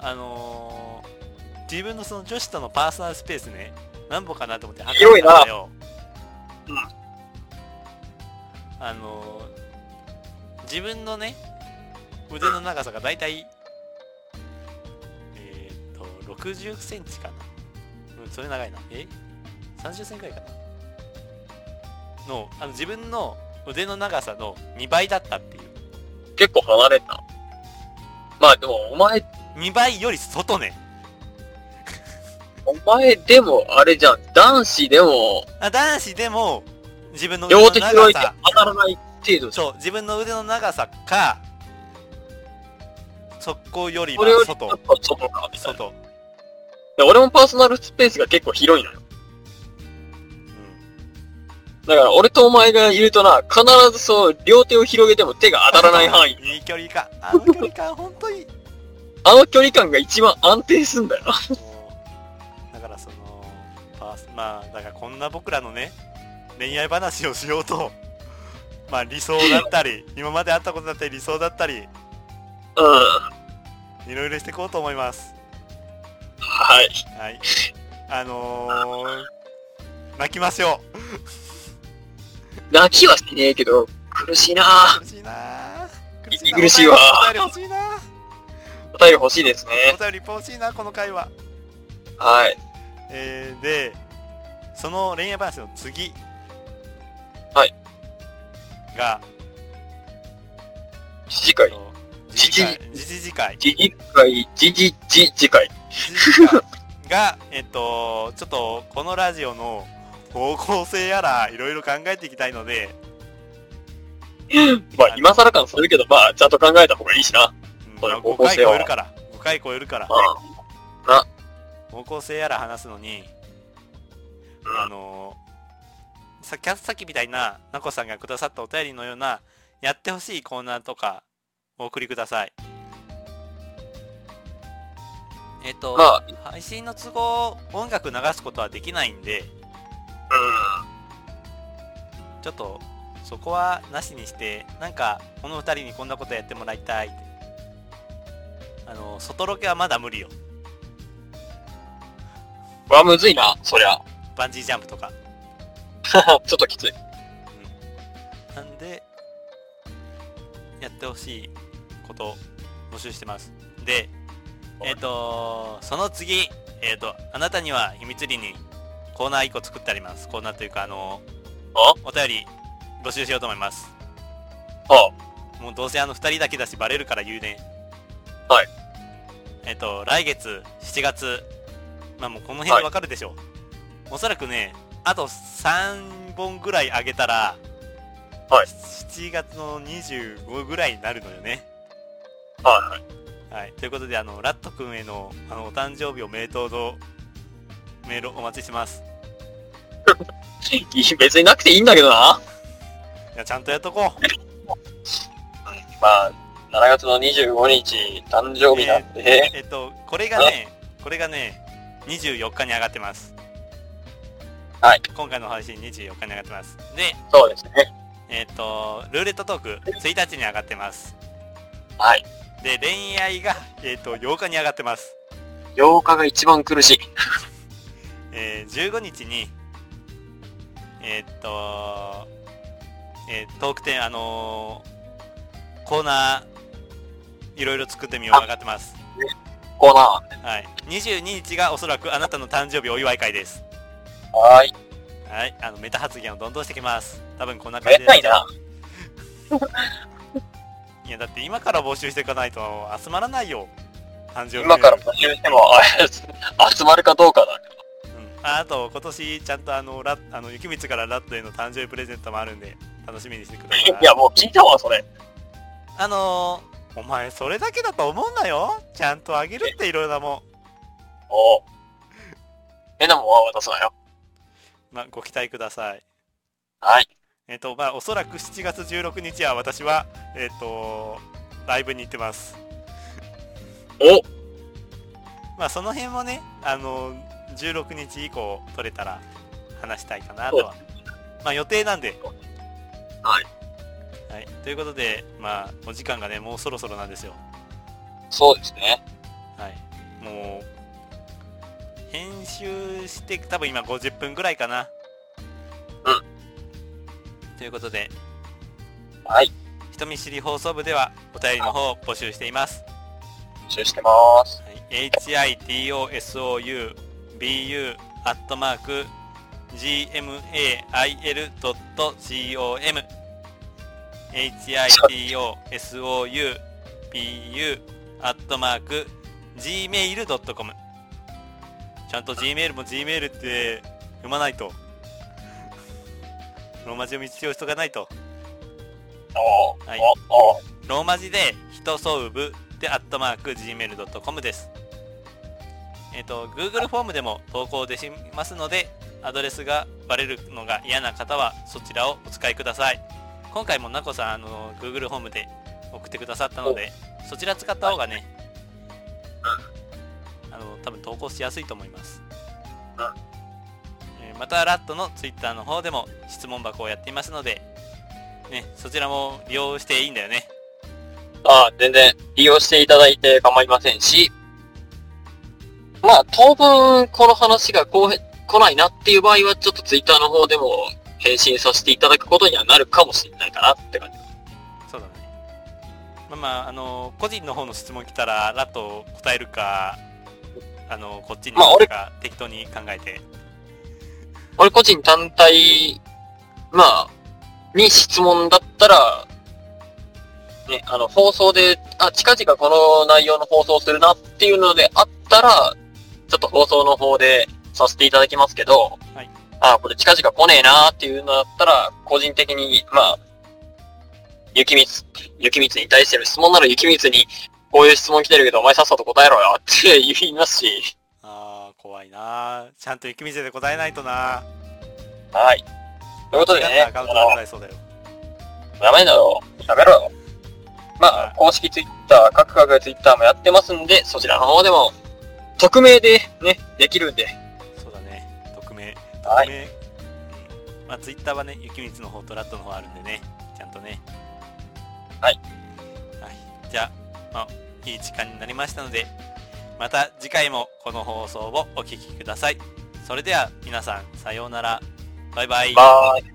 Speaker 1: あのー自分のその女子とのパーソナルスペースね、何歩かなと思って測
Speaker 2: 広いな
Speaker 1: ったんだよ。
Speaker 2: うん
Speaker 1: あのー自分のね、腕の長さがだいたい、えーっと、60センチかな。うん、それ長いな。え ?30 センチくらいかな。の、あの自分の腕の長さの2倍だったっていう。
Speaker 2: 結構離れんな。まあでも、お前、
Speaker 1: 2倍より外ね。
Speaker 2: お前でもあれじゃん。男子でも、
Speaker 1: あ男子でも、自分の腕の
Speaker 2: 両手
Speaker 1: 長
Speaker 2: 広いて
Speaker 1: さ、
Speaker 2: 当たらない程度じゃん。
Speaker 1: そう、自分の腕の長さか、そこより
Speaker 2: それよ
Speaker 1: は
Speaker 2: りちょっ
Speaker 1: 外、
Speaker 2: と外か、みたいな。
Speaker 1: 外、
Speaker 2: で俺もパーソナルスペースが結構広いのよ。
Speaker 1: うん、
Speaker 2: だから、俺とお前がいるとな、必ずそう、両手を広げても手が当たらない範囲。
Speaker 1: いい距離感、あの距離感、本当に、
Speaker 2: あの距離感が一番安定すんだよ。
Speaker 1: もうだからその、パースまあ、だからこんな僕らのね、恋愛話をしようと、まあ理想だった り、今まであったことだったり、理想だったり、
Speaker 2: うん。
Speaker 1: いろいろしていこうと思います。
Speaker 2: はい。
Speaker 1: はい。あのー、泣きましょう。
Speaker 2: 泣きはしねえけど、苦しいなぁ。
Speaker 1: 苦しいなぁ。
Speaker 2: 苦しいわ
Speaker 1: お便り欲しいなぁ。
Speaker 2: お便り欲しいですね
Speaker 1: お。便り欲しいな、この回は。
Speaker 2: はい。
Speaker 1: えー、で、その恋愛話の次。
Speaker 2: はい。
Speaker 1: が、
Speaker 2: 次回。
Speaker 1: 次次回、次次回、
Speaker 2: 次回、次次次次回。
Speaker 1: 次次回が、 えっと、ちょっと、このラジオの方向性やら、いろいろ考えていきたいので、
Speaker 2: まあ、今更感するけど、まあ、ちゃんと考えた方がいいしな。
Speaker 1: うん
Speaker 2: そういう
Speaker 1: まあ
Speaker 2: 方向
Speaker 1: 5回
Speaker 2: 性は
Speaker 1: 超えるから、5回超えるから、
Speaker 2: う
Speaker 1: 方向性やら話すのに、
Speaker 2: ん。
Speaker 1: あのーさっきさっきみたいななこさんがくださったお便りのようなやってほしいコーナーとかお送りください。えっと、
Speaker 2: まあ、うん。
Speaker 1: 配信の都合、音楽流すことはできないんで、ちょっと、そこはなしにして、なんか、この二人にこんなことやってもらいたいって。あの、外ロケはまだ無理よ。
Speaker 2: これはむずいな、そりゃ。
Speaker 1: バンジージャンプとか。
Speaker 2: ちょっときつい。
Speaker 1: なんで、やってほしいことを募集してます。で、
Speaker 2: はい
Speaker 1: えっ、と、その次、えっ、と、あなたには秘密裏にコーナー1個作ってあります。コーナーというか、あの、
Speaker 2: あ
Speaker 1: お便り募集しようと思います。
Speaker 2: は
Speaker 1: もうどうせあの2人だけだしバレるから言うね。
Speaker 2: はい。
Speaker 1: えっ、と、来月、7月、まあもうこの辺でわかるでしょう。おそらくね、あと3本ぐらい上げたら、
Speaker 2: はい
Speaker 1: 7月の25ぐらいになるのよね。
Speaker 2: あ、はいはい。
Speaker 1: はい。ということで、あの、ラット君への、あの、お誕生日おめでとうのメールお待ちしてます。
Speaker 2: いい別になくていいんだけどな。
Speaker 1: いや、ちゃんとやっとこう。
Speaker 2: まあ、7月の25日、誕生日なんで、
Speaker 1: えっと、これがね、これがね、24日に上がってます。
Speaker 2: はい。
Speaker 1: 今回の配信24日に上がってます。で、
Speaker 2: そうですね。
Speaker 1: えっと、ルーレットトーク、1日に上がってます。
Speaker 2: はい。
Speaker 1: で、恋愛が、えっと、8日に上がってます。
Speaker 2: 8日が一番苦しい。
Speaker 1: えー、15日に、えっと、えートークテン、あのーコーナー、いろいろ作ってみよう上がってます。
Speaker 2: コーナ
Speaker 1: はい。22日がおそらくあなたの誕生日お祝い会です。
Speaker 2: ー。はーい。
Speaker 1: はい、あのメタ発言をどんどんしてきます。多分こんな感
Speaker 2: め
Speaker 1: じで。
Speaker 2: ったいな。
Speaker 1: いや、だって今から募集していかないと集まらないよ。誕生日。
Speaker 2: 今から募集しても、 あ集まるかどうかだ。
Speaker 1: うん、ああと、今年ちゃんとあの、ラあの、雪光からラットへの誕生日プレゼントもあるんで、楽しみにしてください。
Speaker 2: いや、もう聞いたわ、それ。
Speaker 1: あのー、お前それだけだと思うんだよ。ちゃんとあげるっていろいろなも
Speaker 2: おう。変なもんは渡すなよ。
Speaker 1: ん。まあ、ご期待ください。
Speaker 2: はい。
Speaker 1: えっ、と、まあ、おそらく7月16日は私は、えっ、と、ライブに行ってます。
Speaker 2: お
Speaker 1: まあその辺もね、あの16日以降取れたら話したいかなとは。まあ予定なんで。
Speaker 2: はい。
Speaker 1: はい。ということで、まあお時間がね、もうそろそろなんですよ。
Speaker 2: そうですね。
Speaker 1: はい。もう、編集して、多分今50分ぐらいかな。うん。ということで、
Speaker 2: はい。
Speaker 1: 人見知り放送部ではお便りの方を募集しています。
Speaker 2: 募集してます。
Speaker 1: はい、hitosoub アットマーク gmail.com hitosoub アットマーク gmail.com ちゃんと gmail も gmail って読まないとローマ字を見つけよう人がないと
Speaker 2: おう。
Speaker 1: はい
Speaker 2: おおう。
Speaker 1: ローマ字で、人そうぶで、アットマーク、gmail.com です。えっ、と、Google フォームでも投稿できますので、アドレスがバレるのが嫌な方は、そちらをお使いください。今回もなこさん、あの、Google フォームで送ってくださったので、そちら使った方がね、あの、多分投稿しやすいと思います。えーまた、ラットの Twitter の方でも質問箱をやっていますので、ね、そちらも利用していいんだよね。
Speaker 2: ああ、全然利用していただいて構いませんし、まあ、当分この話がこう来ないなっていう場合は、ちょっとツイッターの方でも返信させていただくことにはなるかもしれないかなって感じ。
Speaker 1: そうだね。まあまあ、あの個人の方の質問来たら、ラッと答えるか、あのこっちに
Speaker 2: まあ俺
Speaker 1: か適当に考えて。
Speaker 2: 俺個人単体、まあ、に質問だったら、ね、あの、放送で、あ、近々この内容の放送するなっていうのであったら、ちょっと放送の方でさせていただきますけど、
Speaker 1: はい
Speaker 2: あ、これ近々来ねえなっていうのだったら、個人的に、まあ、雪光、雪光に対しての質問なら雪光に、こういう質問来てるけど、お前さっさと答えろよって言いますし、
Speaker 1: ああ、怖いなーちゃんと雪店で答えないとな
Speaker 2: はい。ということで
Speaker 1: 違っ
Speaker 2: ね、
Speaker 1: たアカウントが答えそうだよ。
Speaker 2: ダメだろ。やめろよ。まあ、公式ツイッター、各々ツイッターもやってますんで、そちらの方でも、匿名でね、できるんで。
Speaker 1: そうだね。匿名。
Speaker 2: はい
Speaker 1: 匿名。うんまあ、ツイッターはね、雪光の方とラットの方あるんでね、ちゃんとね。
Speaker 2: はい。
Speaker 1: はい。じゃあ、まあ、いい時間になりましたので、また次回もこの放送をお聞きください。それでは皆さん、さようなら。バイバイ。
Speaker 2: バーイ。